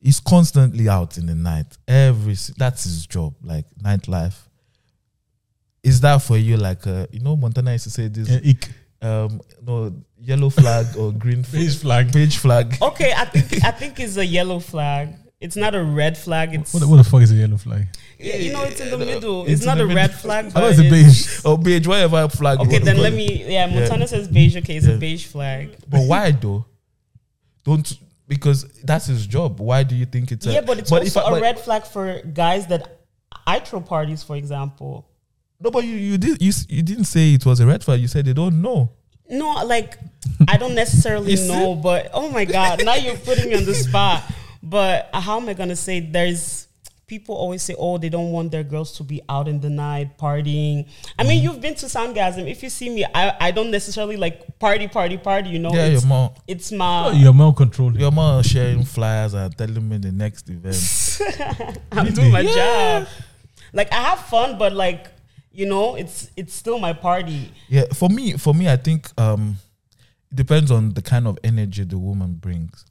S3: he's constantly out in the night. Every s- that's his job, like nightlife. Is that for you like uh you know Montana used to say this
S1: Yeah, Eh, ick.
S3: um no yellow flag or green flag
S1: Beige flag.
S3: beige flag
S2: Okay, I think I think it's a yellow flag. It's not a red flag. It's
S1: What, the- what the fuck is a yellow flag?
S2: yeah, you know, it's Oh, in the middle.
S3: uh, It's
S2: It's,
S3: in
S2: not
S3: the
S2: a red
S3: middle.
S2: flag.
S1: I
S2: But
S1: thought it's a
S2: it's-
S1: beige.
S3: or beige whatever flag. you
S2: Okay,
S3: want to
S2: then
S3: call
S2: let
S3: it.
S2: me. Yeah, Montana says beige. Okay, it's
S3: Yeah.
S2: a beige flag.
S3: But why though? Don't because that's his job. Why do you think it's a
S2: yeah, but it's
S3: if
S2: also
S3: I-
S2: a
S3: but-
S2: red flag for guys that I throw parties, for example.
S3: No, but you you did you, s- you didn't say it was a red flag. You said they don't know.
S2: No, like I don't necessarily
S3: You see?
S2: know, but oh my god, now you're putting me on the spot. But how am I gonna say there's people always say, oh, they don't want their girls to be out in the night partying. I
S3: Mm-hmm.
S2: mean, you've been to Soundgasm. If you see me, I, I don't necessarily like party, party, party, you know?
S3: yeah,
S2: it's,
S3: you're Oh, more
S2: it's my.
S1: You're more controlling.
S3: Ah. you're more sharing flyers and telling me the next event.
S2: I'm doing my job. Like, I have fun, but like, you know, it's it's still my party.
S3: Yeah, for me, for me, I think um, it depends on the kind of energy the woman brings.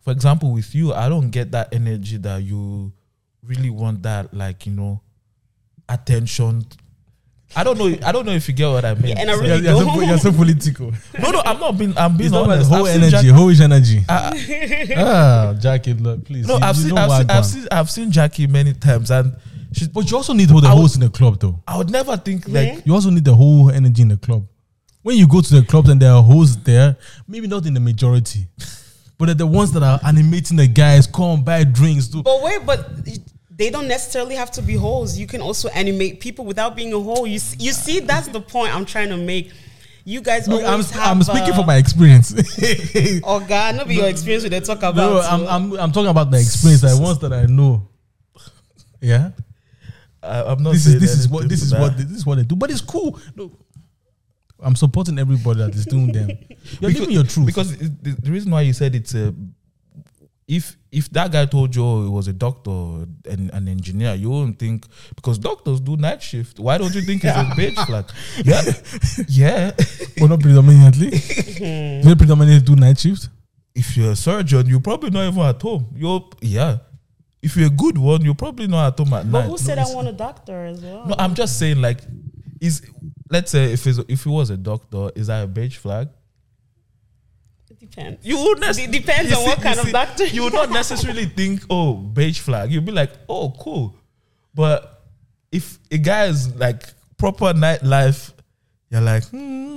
S3: For example, with you, I don't get that energy that you really want that, like you know, attention. I don't know. I don't know if you get what I mean.
S2: and I
S3: So-
S2: really-
S1: You're, you're so, you're so political.
S3: no, no, I'm not being. I'm being
S1: It's not about
S3: honest.
S1: whole
S3: I've seen
S1: energy,
S3: Jack-
S1: whole energy.
S3: I-
S1: ah, Jackie, look, please.
S3: no,
S1: you-
S3: I've
S1: you
S3: seen.
S1: know
S3: I've
S1: where
S3: seen,
S1: I'm
S3: I've
S1: going.
S3: seen. I've seen Jackie many times, and she's.
S1: But you also need whole the
S3: I would-
S1: host in the club, though.
S3: I would never think like.
S1: You also need the whole energy in the club. When you go to the clubs and there are hoes there, maybe not in the majority, but they're the ones that are animating the guys, come buy drinks, do.
S2: But wait, but they don't necessarily have to be holes. You can also animate people without being a hole. You s- you see, that's the point I'm trying to make. You guys
S1: Look, I'm,
S2: always have.
S1: I'm speaking
S2: uh,
S1: from my experience.
S2: Oh God, not be your experience with they talk about.
S1: no, I'm,
S2: oh.
S1: I'm, I'm talking about the experience, the ones that I know. Yeah,
S3: I, am not.
S1: this is
S3: saying
S1: this is what
S3: anything
S1: this
S3: to
S1: is
S3: that.
S1: what they- this is what they do. But it's cool. No, I'm supporting everybody that is doing them. You're
S3: Because-
S1: giving your truth.
S3: Because it, the, the reason why you said it's a, if if that guy told you oh, he was a doctor and an engineer, you wouldn't think because doctors do night shift. Why don't you think it's a beige flag? Yeah, yeah.
S1: well, not predominantly. they predominantly do night shift.
S3: If you're a surgeon, you're probably not even at home. You're yeah. If you're a good one, you're probably not at home at
S2: but
S3: night.
S2: who said I want a doctor as well?
S3: No, I'm just saying like, is let's say if it's, if he was a doctor, is that a beige flag?
S2: it depends.
S3: you would nec-
S2: It depends
S3: you
S2: on what
S3: you
S2: kind of doctor.
S3: You would not necessarily think, oh, beige flag. You'd be like, oh, cool. But if a guy is like proper nightlife, you're like, hmm.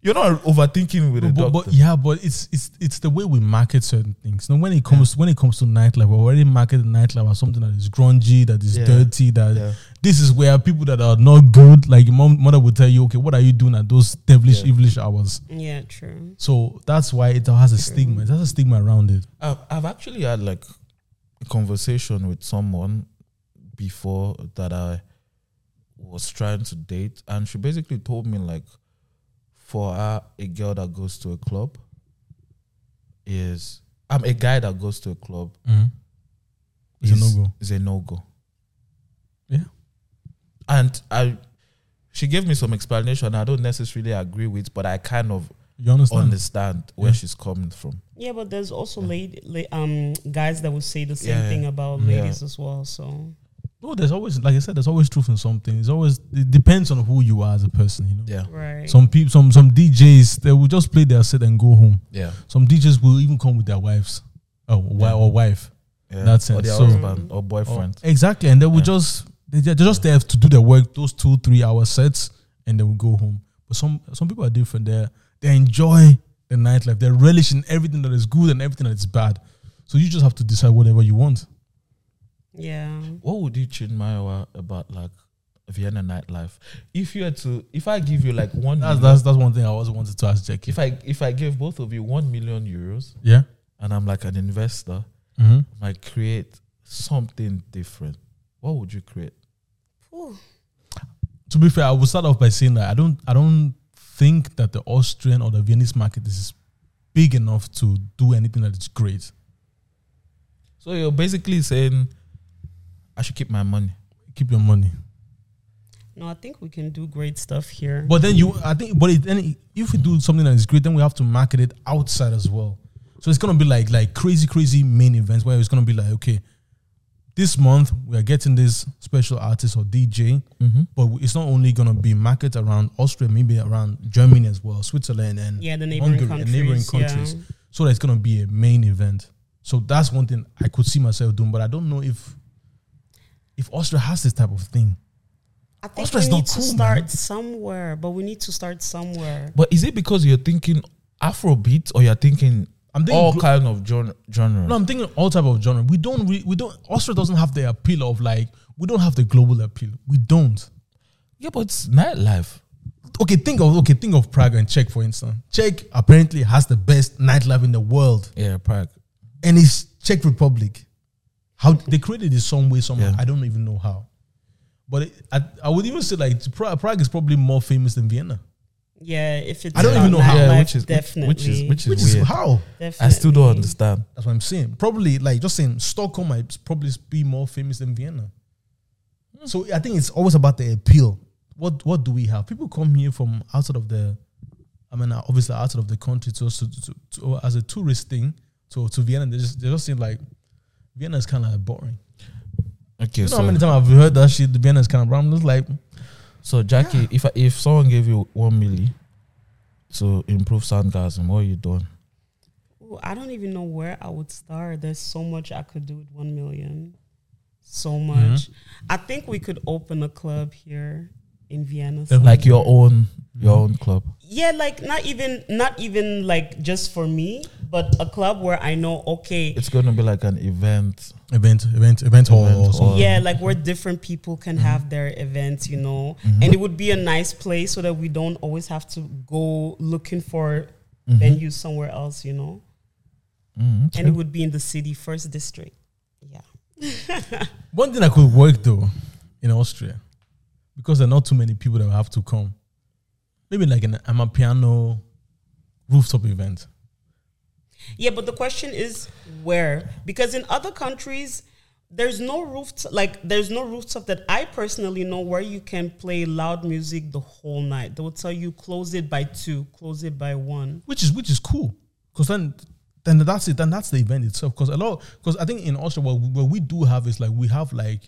S3: You're not overthinking with a
S1: but,
S3: doctor.
S1: but yeah, but it's it's it's the way we market certain things. Now, when it comes when it comes to nightlife, we already market nightlife as something that is grungy, that is
S3: Yeah.
S1: dirty. That
S3: Yeah.
S1: this is where people that are not good, like your mom, mother would tell you, okay, what are you doing at those devilish,
S3: Yeah.
S1: evilish hours?
S2: yeah, true.
S1: So that's why it has a stigma. It has a stigma around it.
S3: I've, I've actually had like a conversation with someone before that I was trying to date, and she basically told me like, for her, a girl that goes to a club is I'm a guy that goes to a club
S1: It's a no-go.
S3: Is a no go.
S1: Yeah.
S3: And I, she gave me some explanation I don't necessarily agree with, but I kind of
S1: You understand?
S3: understand where
S1: Yeah.
S3: she's coming from.
S2: Yeah, but there's also lady, la- um guys that will say the same
S3: Yeah.
S2: thing about
S3: Yeah.
S2: ladies as well. So
S1: No, there's always, like I said, there's always truth in something. It's always it depends on who you are as a person. You know,
S3: Yeah.
S2: right.
S1: some people, some some DJs, they will just play their set and go home.
S3: Yeah.
S1: Some DJs will even come with their wives, oh, wi-
S3: Yeah.
S1: or wife.
S3: yeah.
S1: That's
S3: or
S1: it.
S3: their
S1: So-
S3: husband or boyfriend.
S1: Exactly, and they will
S3: Yeah.
S1: just they, they're just there to do their work, those two three hour sets, and they will go home. But some some people are different. They they enjoy the nightlife. They relish in everything that is good and everything that is bad. So you just have to decide whatever you want.
S2: yeah.
S3: What would you chin Maiwa about like Vienna nightlife? If you had to, if I give you like one,
S1: That's
S3: million-
S1: that's that's one thing I always wanted to ask Jackie.
S3: if I if I give both of you one million euros,
S1: yeah.
S3: and I'm like an investor,
S1: Mm-hmm.
S3: I create something different. What would you create?
S2: Ooh.
S1: To be fair, I will start off by saying that I don't I don't think that the Austrian or the Viennese market is big enough to do anything that is great.
S3: So you're basically saying, I should keep my money.
S1: Keep your money.
S2: No, I think we can do great stuff here.
S1: But then you, I think, but it, then if we do something that is great, then we have to market it outside as well. So it's gonna be like like crazy, crazy main events where it's gonna be like, okay, this month we are getting this special artist or DJ, but it's not only gonna be market around Austria, maybe around Germany as well, Switzerland and
S2: Yeah, the neighboring
S1: and neighboring
S2: countries,
S1: countries.
S2: yeah.
S1: So that's gonna be a main event. So that's one thing I could see myself doing, but I don't know if if Austria has this type of thing.
S2: I think
S1: Austria is
S2: we need
S1: not
S2: to
S1: cool,
S2: start
S1: man.
S2: somewhere, but we need to start somewhere.
S3: But is it because you're thinking Afrobeat or you're thinking,
S1: I'm thinking
S3: all
S1: glo-
S3: kind of genre? genre?
S1: No, I'm thinking all type of genre. We don't re- we don't Austria doesn't have the appeal of like we don't have the global appeal. We don't.
S3: Yeah, but it's nightlife.
S1: Okay, think of okay, think of Prague and Czech for instance. Czech apparently has the best nightlife in the world,
S3: Yeah, Prague.
S1: and it's Czech Republic. How they created it some way, somehow.
S3: Yeah.
S1: I don't even know how. But it, I, I would even say like Prague, Prague is probably more famous than Vienna.
S2: Yeah, if it's
S1: I don't
S2: about
S1: even know how.
S2: nightlife,
S3: Yeah, which
S2: definitely
S3: is- which- which is- which is
S1: Which is
S3: weird.
S1: how.
S2: definitely.
S3: I still don't understand.
S1: That's what I'm saying. Probably like just saying Stockholm might probably be more famous than Vienna.
S3: Hmm.
S1: So I think it's always about the appeal. What what do we have? People come here from outside of the, I mean, uh, obviously outside of the country to to, to, to- as a tourist thing to to Vienna. They just they just seem like Vienna is kind of boring.
S3: Okay,
S1: you know
S3: so
S1: how many times I've heard that shit? Vienna is kind of boring. I'm just like
S3: so Jackie, if I, if someone gave you one milli to improve sarcasm, what you doing?
S2: Ooh, I don't even know where I would start. There's so much I could do with one million. So
S3: Mm-hmm.
S2: much. I think we could open a club here in Vienna.
S1: Definitely. Mm-hmm.
S3: Like your own your own club.
S2: Yeah, like not even not even like just for me, but a club where I know okay,
S3: It's gonna be like an event.
S1: event event event hall
S3: Event
S1: or
S3: hall.
S1: something.
S2: yeah, like where different people can have their events, you know, and it would be a nice place so that we don't always have to go looking for venues somewhere else, you know.
S3: Mm,
S2: And it would be in the city, first district. Yeah.
S1: One thing that could work though in Austria, because there are not too many people that will have to come. Maybe like an Amapiano rooftop event.
S2: Yeah, but the question is where? Because in other countries, there's no rooftop like there's no rooftop that I personally know where you can play loud music the whole night. They will tell you close it by two, close it by one.
S1: which is which is cool because then then that's it then that's the event itself because a lot because i think in austria what, what we do have is like we have like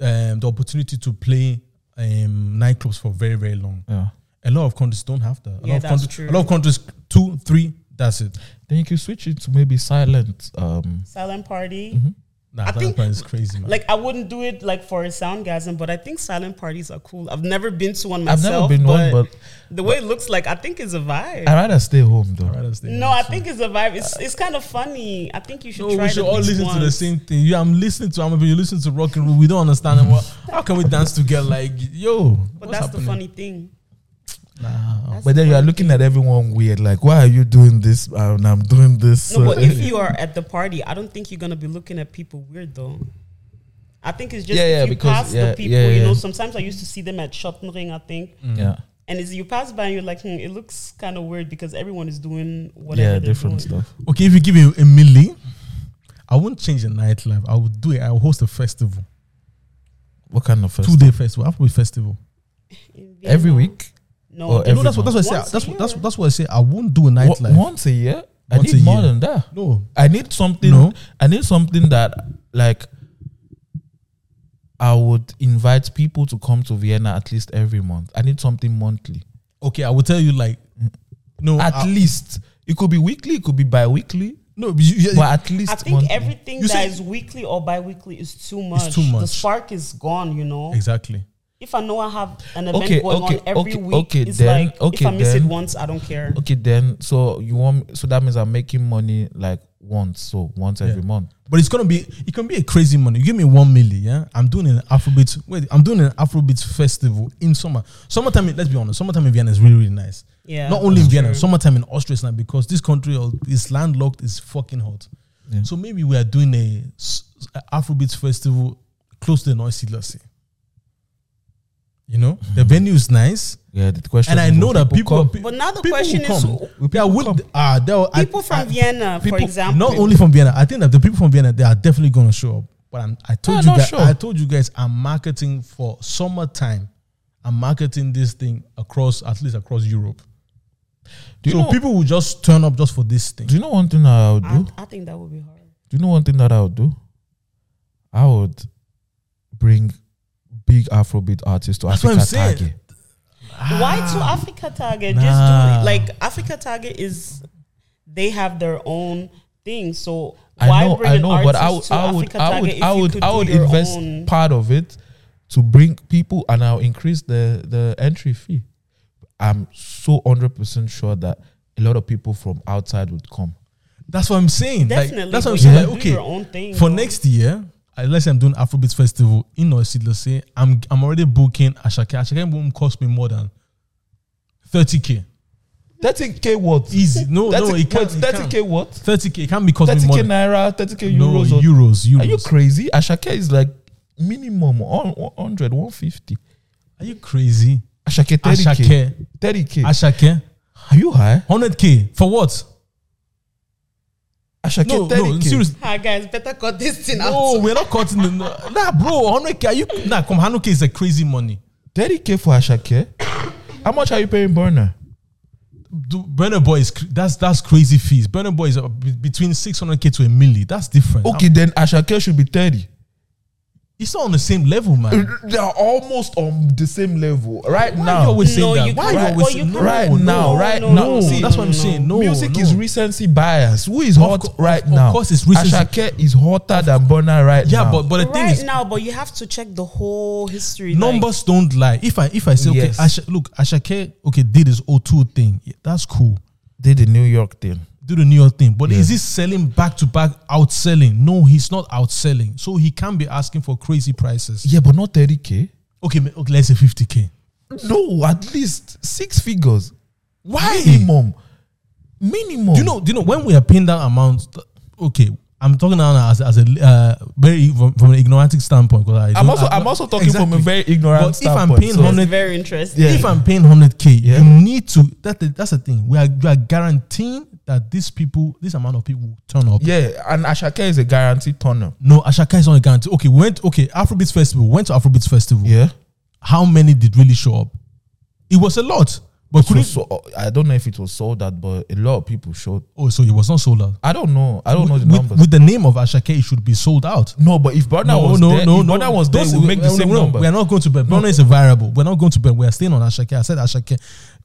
S1: um the opportunity to play um nightclubs for very very long
S3: Yeah.
S1: a lot of countries don't have that a
S2: Yeah,
S1: lot of
S2: that's
S1: countries
S2: true.
S1: a lot of countries two three that's it
S3: Then you can switch it to maybe silent. Um,
S2: Silent party.
S1: nah,
S2: I
S1: that
S2: think-
S1: part is crazy man.
S2: Like I wouldn't do it like for a soundgasm, but I think silent parties are cool. I've never been to one
S3: I've never
S2: myself.
S3: been one, but
S2: the way it looks like, I think it's a vibe.
S3: I rather stay home though.
S1: I'd rather stay
S2: no,
S1: home,
S2: I
S1: so-
S2: think it's a vibe. It's it's kind of funny. I think you should
S1: no,
S2: try.
S1: we
S2: it
S1: should
S2: at
S1: all
S2: least
S1: listen to the
S2: once.
S1: same thing. Yeah, I'm listening to. I'm you listen to rock and roll. We don't understand what. How can we dance together? Like, yo,
S2: But
S1: what's
S2: that's
S1: happening?
S2: the funny thing.
S1: Nah,
S2: That's
S3: But then
S2: the
S3: you are
S2: funny
S3: looking
S2: thing.
S3: at everyone weird. Like, why are you doing this? And I'm doing this.
S2: No, but
S3: So-
S2: if you are at the party, I don't think you're gonna be looking at people weird though. I think it's just
S3: Yeah,
S2: if
S3: yeah,
S2: you
S3: because-
S2: pass
S3: yeah,
S2: the people,
S3: yeah,
S2: you
S3: yeah.
S2: know. Sometimes I used to see them at Schottenring, I think,
S3: yeah,
S2: and as you pass by, and you're like, hmm, it looks kind of weird because everyone is doing whatever.
S3: yeah,
S2: they're
S3: different
S2: doing.
S3: stuff.
S1: Okay, if you give me a milli, I won't change the nightlife. I will do it. I will host a festival,
S3: What kind of
S1: two
S3: festival?
S1: day festival, after festival.
S2: In Vienna.
S3: Every week,
S2: No,
S3: Or
S2: it's-
S1: You know, that's what that's what I say.
S2: Once a
S1: That's what, that's
S2: year.
S1: what, that's what I say. I won't do a
S3: Wo-
S1: nightlife.
S3: once a year. I
S1: Once
S3: need
S1: a
S3: more
S1: year.
S3: than that.
S1: No,
S3: I need something.
S1: No.
S3: I need something that like I would invite people to come to Vienna at least every month. I need something monthly.
S1: okay, I will tell you like, no,
S3: At
S1: I-
S3: least it could be weekly. It could be bi-weekly.
S1: no, but you, you-
S3: But at least
S2: I think
S3: monthly.
S2: everything
S1: You
S2: that
S1: see-
S2: is weekly or bi-weekly is too much.
S1: too
S2: The
S1: much.
S2: spark is gone, you know.
S1: exactly.
S2: If I know I have an event
S3: Okay,
S2: going
S3: okay,
S2: on every
S3: okay,
S2: week,
S3: okay,
S2: it's
S3: then-
S2: like if
S3: okay,
S2: I miss
S3: then.
S2: it once, I don't care.
S3: Okay, then so you want so that means I'm making money like once, so once every
S1: Yeah.
S3: month.
S1: But it's gonna be it can be a crazy money. You give me one milli, yeah. I'm doing an Afrobeat. Wait, I'm doing an Afrobeat festival in summer. Summertime. Let's be honest. Summertime in Vienna is really really nice.
S2: Yeah,
S1: Not only in
S2: that's
S1: Vienna.
S2: true.
S1: Summertime in Austria is nice because this country all- is landlocked. Is fucking hot.
S3: Yeah.
S1: So maybe we are doing a, s- a Afrobeat festival close to the Noisy Lassie. You know the venue is nice,
S3: Yeah, the question.
S1: and I
S3: is,
S1: know
S3: will
S1: that people.
S3: come?
S1: pe-
S2: But now the
S1: people will
S2: question is,
S1: come.
S3: will
S1: They are
S3: people
S1: will-
S3: come?
S1: ah, they will- I-
S2: people from
S1: I-
S2: Vienna, for
S1: people-
S2: example.
S1: Not only from Vienna. I think that the people from Vienna, they are definitely going to show up. But I'm, I told
S3: Yeah,
S1: you
S3: no,
S1: guys,
S3: sure.
S1: I told you guys, I'm marketing for summertime. I'm marketing this thing across, at least across Europe.
S3: Do you
S1: so
S3: know?
S1: people will just turn up just for this thing.
S3: do you know one thing that I would
S2: I,
S3: do?
S2: I think that would be hard.
S3: Do you know one thing that I would do? I would bring big Afrobeat artists to
S1: That's what
S3: Africa
S1: I'm saying.
S3: Tage. Ah.
S2: Why to Africa Target?
S1: nah.
S2: Just do it. Like Africa Target is, they have their own thing. So why
S3: I know,
S2: bring
S3: I
S2: an
S3: know, but I would,
S2: artist to
S3: I would,
S2: Africa
S3: I
S2: Target
S3: would,
S2: if
S3: I
S2: you
S3: would,
S2: could
S3: I
S2: do
S3: would
S2: your
S3: invest
S2: own?
S3: part of it to bring people, and I'll increase the the entry fee. I'm so hundred percent sure that a lot of people from outside would come.
S1: That's what I'm saying. Like,
S2: Definitely,
S1: that's what I'm
S2: but
S1: saying.
S2: you
S1: Like,
S2: can do your
S1: okay,
S2: own thing,
S1: for
S2: though.
S1: next year, uh, let's say I'm doing Afrobeat Festival in Noisy, let's say, I'm, I'm already booking Ashake. Ashake won't cost me more than 30K.
S3: 30k what?
S1: Easy. No, no, it can't. it
S3: Thirty k
S1: can't.
S3: what?
S1: 30k. It can't be costing
S3: Thirty
S1: more
S3: k
S1: than-
S3: naira, thirty k
S1: No,
S3: euros. or-
S1: euros. Euros.
S3: Are you crazy? Ashake is like minimum on- 100, 150.
S1: Are you crazy?
S3: Ashake 30k.
S1: Ashake.
S3: 30k.
S1: Ashake.
S3: Are you high?
S1: 100k. For what?
S3: Ashake
S1: No, no,
S3: 30k.
S1: seriously.
S2: Ah, guys, better cut this thing
S3: Ah.
S1: No,
S2: out.
S1: we're not cutting the. No. Nah, bro, 100k. Are you. Nah, come, 100k is a crazy money.
S3: 30k for Ashake. How much are you paying Burner?
S1: Do, Burner Boy is. cr- That's that's crazy fees. Burner Boy is uh, be- between 600k to a milli. That's different.
S3: Okay, then Ashake should be 30.
S1: It's not on the same level, man.
S3: They are almost on the same level right
S1: Why are you
S3: now.
S1: always saying
S2: No,
S1: that?
S2: you
S1: Why are
S2: can't.
S1: you
S2: Oh,
S1: always
S2: you
S1: no,
S2: can't.
S3: right
S1: no,
S3: now, right
S1: no,
S3: now.
S1: No,
S3: See,
S1: that's what I'm saying. No,
S3: Music
S1: no.
S3: is recency bias. Who is hot
S1: cour-
S3: right
S1: of
S3: now?
S1: course it's recency-
S3: Ashake is hotter than Burner right
S1: Yeah,
S3: now.
S1: but but the thing
S2: right
S1: is,
S2: now, but you have to check the whole history. like-
S1: numbers don't lie. If I if I say
S3: Yes.
S1: okay, Asha, look, Ashake okay did his O2 thing. Yeah, that's cool.
S3: did the New York thing.
S1: Do the New York thing, but
S3: Yeah.
S1: is he selling back to back outselling? No, he's not outselling. So he can be asking for crazy prices.
S3: Yeah, but not 30k.
S1: Okay, ma- okay let's say fifty k.
S3: No, at least six figures.
S1: Why?
S3: Minimum. Minimum.
S1: Do you know? Do you know when we are paying that amount? th- Okay, I'm talking now as as a uh, very from, from an ignorantic standpoint. 'cause I
S3: I'm
S1: don't-
S3: also
S1: I-
S3: I'm also talking from
S1: Exactly.
S3: a very ignorant
S1: But if I'm
S3: standpoint,
S1: paying
S3: so-
S2: It's
S1: 100
S2: very interesting.
S3: Yeah.
S1: If I'm paying hundred k,
S3: Yeah.
S1: you need to. That that's the thing. We are you are guaranteeing that these people, this amount of people, will turn up.
S3: yeah, and Ashake is a guaranteed turner.
S1: No, Ashaka is not a guarantee. Okay, we went. Okay, Afrobeats festival. we Went to Afrobeats festival.
S3: Yeah.
S1: How many did really show up? It was a lot, but
S3: So,
S1: couldn't.
S3: so uh, I don't know if it was sold out, but a lot of people showed.
S1: oh, so it was not sold out.
S3: I don't know. I don't know the
S1: with,
S3: numbers.
S1: with the name of Ashake, it should be sold out.
S3: no, but if Burner was there, if Burner was there,
S1: Those-
S3: we make the
S1: no,
S3: same
S1: no,
S3: number.
S1: We are not going to bet. Burner is a variable. We're not going to bet. We are staying on Ashake. I said Ashake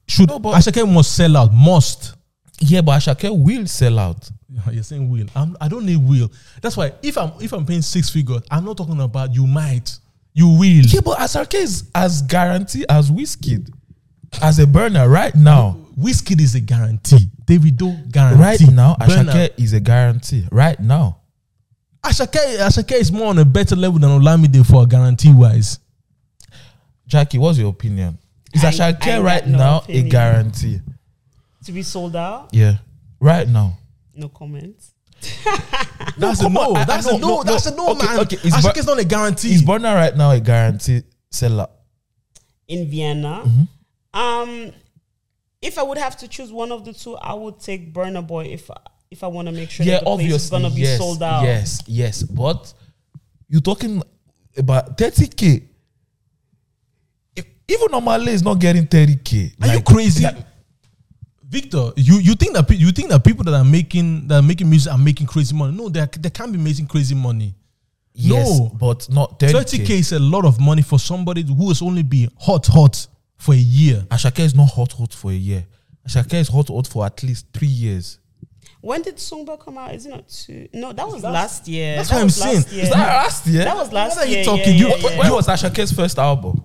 S1: should
S3: No, but-
S1: Ashake must sell out. Must.
S3: yeah, but Ashake will sell out.
S1: You're saying will. I'm, I don't need will. That's why if I'm if I'm paying six figures, I'm not talking about you might. You will.
S3: Yeah, but Ashake is as guaranteed as whiskey, as a burner right now.
S1: Whiskey is a guarantee. Davido guarantee.
S3: Right now,
S1: Burna-
S3: Ashake is a guarantee. Right now.
S1: Ashake Ashake is more on a better level than Olamide for guarantee wise.
S3: Jackie, what's your opinion? Is
S2: I-
S3: Ashake
S2: I got
S3: right
S2: no
S3: now a
S2: opinion.
S3: guarantee?
S2: To be sold out,
S3: Yeah. Right now.
S2: no comments.
S1: That's
S3: come
S1: a no.
S3: on. I- I
S1: that's
S3: know,
S1: a no.
S3: no,
S1: That's
S3: no.
S1: a no,
S3: Okay,
S1: man.
S3: okay, it's
S1: Ashake
S3: bu-
S1: is not a guarantee.
S3: Is Burner right now a guarantee seller?
S2: in Vienna.
S1: Mm-hmm.
S2: Um, if I would have to choose one of the two, I would take Burner Boy if if I want to make sure
S3: yeah,
S2: that the place is
S3: obviously.
S2: gonna be
S3: yes,
S2: sold out.
S3: Yes, yes. But you're talking about 30K. If, even Omale is not getting 30K.
S1: Are you
S3: Like,
S1: crazy,
S3: like,
S1: Victor? You you think that pe- you think that people that are making that are making music are making crazy money? No, they are, they can't be making crazy money.
S3: yes,
S1: No.
S3: but not 30K.
S1: Thirty k is a lot of money for somebody who has only been hot hot for a year.
S3: Ashake is not hot hot for a year. Ashake is hot hot for at least three years.
S2: When did Sungba come out? Is it not too? No, that was last year.
S1: that's
S2: That
S1: what I'm
S2: was
S1: saying.
S2: last year.
S1: Is
S3: that last year?
S2: That was last
S1: are you
S2: year.
S1: talking?
S2: Yeah,
S1: You-
S2: yeah,
S1: wait,
S2: yeah.
S3: When was Ashake's first album?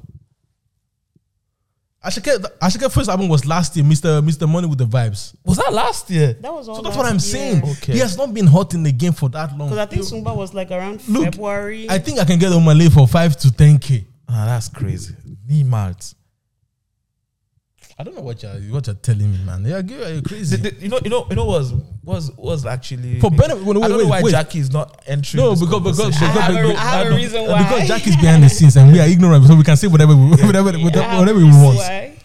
S1: Ashake Ashake first album was last year, Mister Mister Money with the Vibes.
S3: Was that last year?
S2: That was all.
S1: So that's what I'm saying.
S3: Okay.
S1: He has not been hot in the game for that long.
S2: Because I think Sungba was like around
S1: Look,
S2: February.
S1: I think I can get Omale for five to ten k.
S3: Ah, that's crazy. Niemals.
S1: I don't know what you're what you're telling me, man. You're, you're crazy.
S3: The- the- You know, you know, you know, was was was actually
S1: For benefit- wait,
S3: I don't
S1: wait,
S3: know why
S1: wait.
S3: Jackie is not entering.
S1: No,
S3: this
S1: because because, because,
S3: conversation.
S2: I have a-
S1: because,
S2: I have a
S1: no,
S2: reason
S1: no,
S2: why.
S1: Because Jack is behind the scenes and we are ignorant, so we can say whatever we whatever
S2: Yeah,
S1: whatever we
S2: that's
S1: want.
S2: why.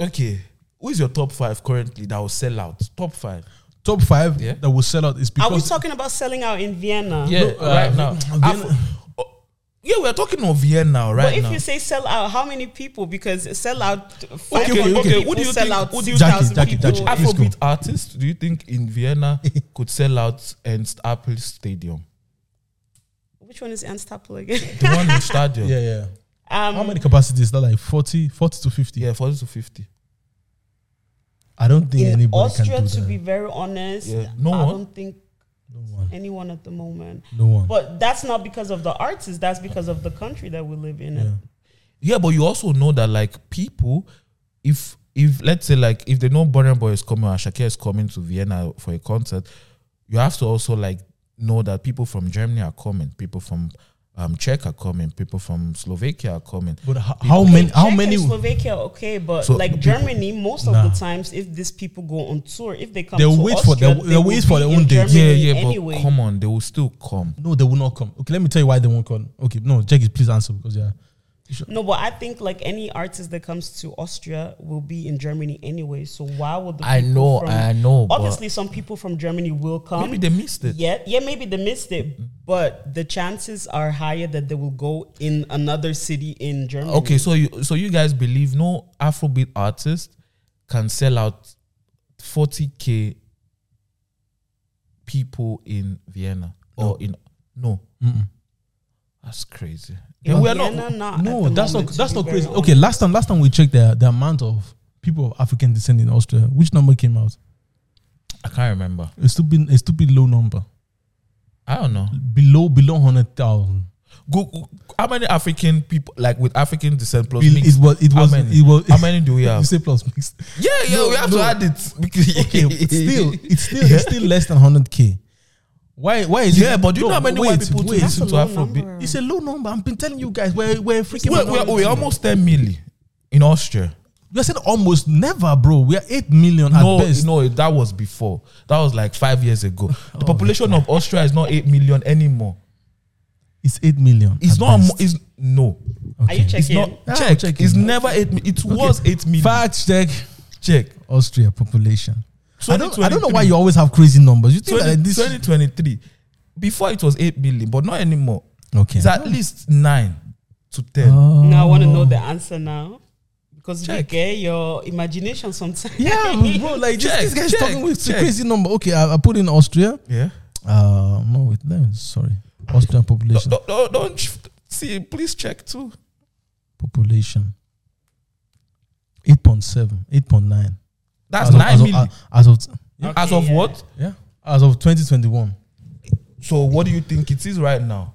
S3: okay, who is your top five currently that will sell out? Top five.
S1: Top five
S3: Yeah.
S1: that will sell out is because
S2: Are we talking about selling out in Vienna?
S3: Yeah,
S1: No, uh,
S3: right now.
S1: Vienna-
S3: Afro- oh, yeah, we're talking of Vienna right
S2: but if
S3: now.
S2: you say sell out, how many people? Because sell out.
S3: okay, okay, okay. Who do you
S2: sell
S3: think-
S2: out?
S3: who do
S2: Two
S3: you-
S2: thousand
S1: Jackie, Jackie,
S2: people.
S3: Which
S1: Jackie. Let's go.
S3: Afrobeat artist do you think in Vienna could sell out Ernst Apple Stadium?
S2: Which one is Unstoppable again?
S3: The one in Stadium.
S1: yeah, yeah.
S2: Um,
S1: How many capacity is that? Like 40, 40 to fifty.
S3: Yeah, 40 to 50.
S1: I don't think
S2: in
S1: anybody
S2: Austria,
S1: can do
S2: to
S1: that.
S2: be very honest,
S3: Yeah. No
S2: I
S3: one?
S2: don't think
S1: no one,
S2: anyone at the moment.
S1: no one.
S2: But that's not because of the artists. That's because of the country that we live in.
S1: yeah.
S3: Yeah, but you also know that like people, if if let's say like if they know Burner Boy is coming or Shakira is coming to Vienna for a concert, you have to also like know that people from Germany are coming, people from um, Czech are coming, people from Slovakia are coming.
S1: But how, how many? How
S2: Czech
S1: many?
S2: and Slovakia, okay, but
S3: So
S2: like
S3: people-
S2: Germany, most
S1: Nah.
S2: of the times, if these people go on tour, if they come,
S1: They'll
S2: to
S1: wait for-
S2: Austria,
S1: they'll- they'll
S2: will
S1: wait for
S2: be
S1: their
S2: in
S1: own day. Yeah,
S2: Germany
S3: yeah, but
S2: anyway.
S3: come on, they will still come.
S1: No, they will not come. Okay, let me tell you why they won't come. Okay, no, Jackie, please answer because yeah,
S2: No, but I think like any artist that comes to Austria will be in Germany anyway. So why would the
S3: I
S2: people
S3: know,
S2: from-
S3: I know, but-
S2: Obviously, some people from Germany will come.
S3: Maybe they missed it.
S2: Yeah, yeah, maybe they missed it, but the chances are higher that they will go in another city in Germany.
S3: Okay, so you so you guys believe no Afrobeat artist can sell out 40k people in Vienna or in no. That's crazy.
S2: In
S3: Then we are not
S2: Vienna, not at
S1: no,
S2: the
S1: that's
S2: moment,
S1: not
S2: to
S1: that's
S2: be
S1: not
S2: very
S1: crazy.
S2: honest.
S1: Okay, last time last time we checked the the amount of people of African descent in Austria, which number came out?
S3: I can't remember.
S1: A stupid a stupid low number,
S3: I don't know.
S1: below below hundred thousand.
S3: Go, go- how many African people like with African descent plus mixed?
S1: It was it
S3: How
S1: was
S3: many?
S1: it was.
S3: How many do we
S1: You
S3: have?
S1: say plus mixed.
S3: Yeah, yeah, we have
S1: no.
S3: to add it. Because
S1: Okay, but still it's still it's still less than hundred k. Why why is it-
S3: yeah, but do you
S1: No,
S3: know how many
S1: wait,
S3: white people
S1: wait,
S3: to listen
S2: a
S3: to
S2: low
S3: Afrobeat?
S2: number.
S1: It's a low number. I've been telling you guys we're we're freaking.
S3: We're, we're, we're almost 10 million in Austria.
S1: You said almost never, bro. We are eight million
S3: No,
S1: at best.
S3: no, that was before. That was like five years ago. The population of Austria is not eight million anymore.
S1: It's eight million.
S3: It's
S1: at
S3: not.
S1: best.
S3: mo- It's no.
S2: Are you
S3: It's
S2: checking?
S3: not.
S1: Yeah,
S3: check.
S1: checking.
S3: It's never eight. mi- It was eight million.
S1: Fact check.
S3: check.
S1: Austria population. I don't. I don't know why
S3: 2023.
S1: you always have crazy numbers. You think that
S3: 20,
S1: this?
S3: 2023. Before it was eight million, but not anymore.
S1: okay. Oh. Uh,
S3: It's at least nine to ten.
S2: Now I want to know the answer now because you
S3: Check.
S2: get your imagination sometimes.
S1: yeah, bro. Like this,
S3: Check,
S1: this guy's
S3: check,
S1: talking with
S3: check.
S1: crazy number. Okay, I, I put in Austria.
S3: yeah.
S1: Uh, no, wait. Let me, sorry. Austrian population.
S3: Don't, don't, don't ch- see. Please check too.
S1: Population. Eight point seven. Eight point nine.
S3: That's
S1: as of, uh,
S3: nine
S1: as
S3: million.
S1: Of, as of
S2: Okay,
S3: as of
S2: yeah.
S3: what?
S1: yeah, as of twenty twenty one.
S3: So what do you think it is right now?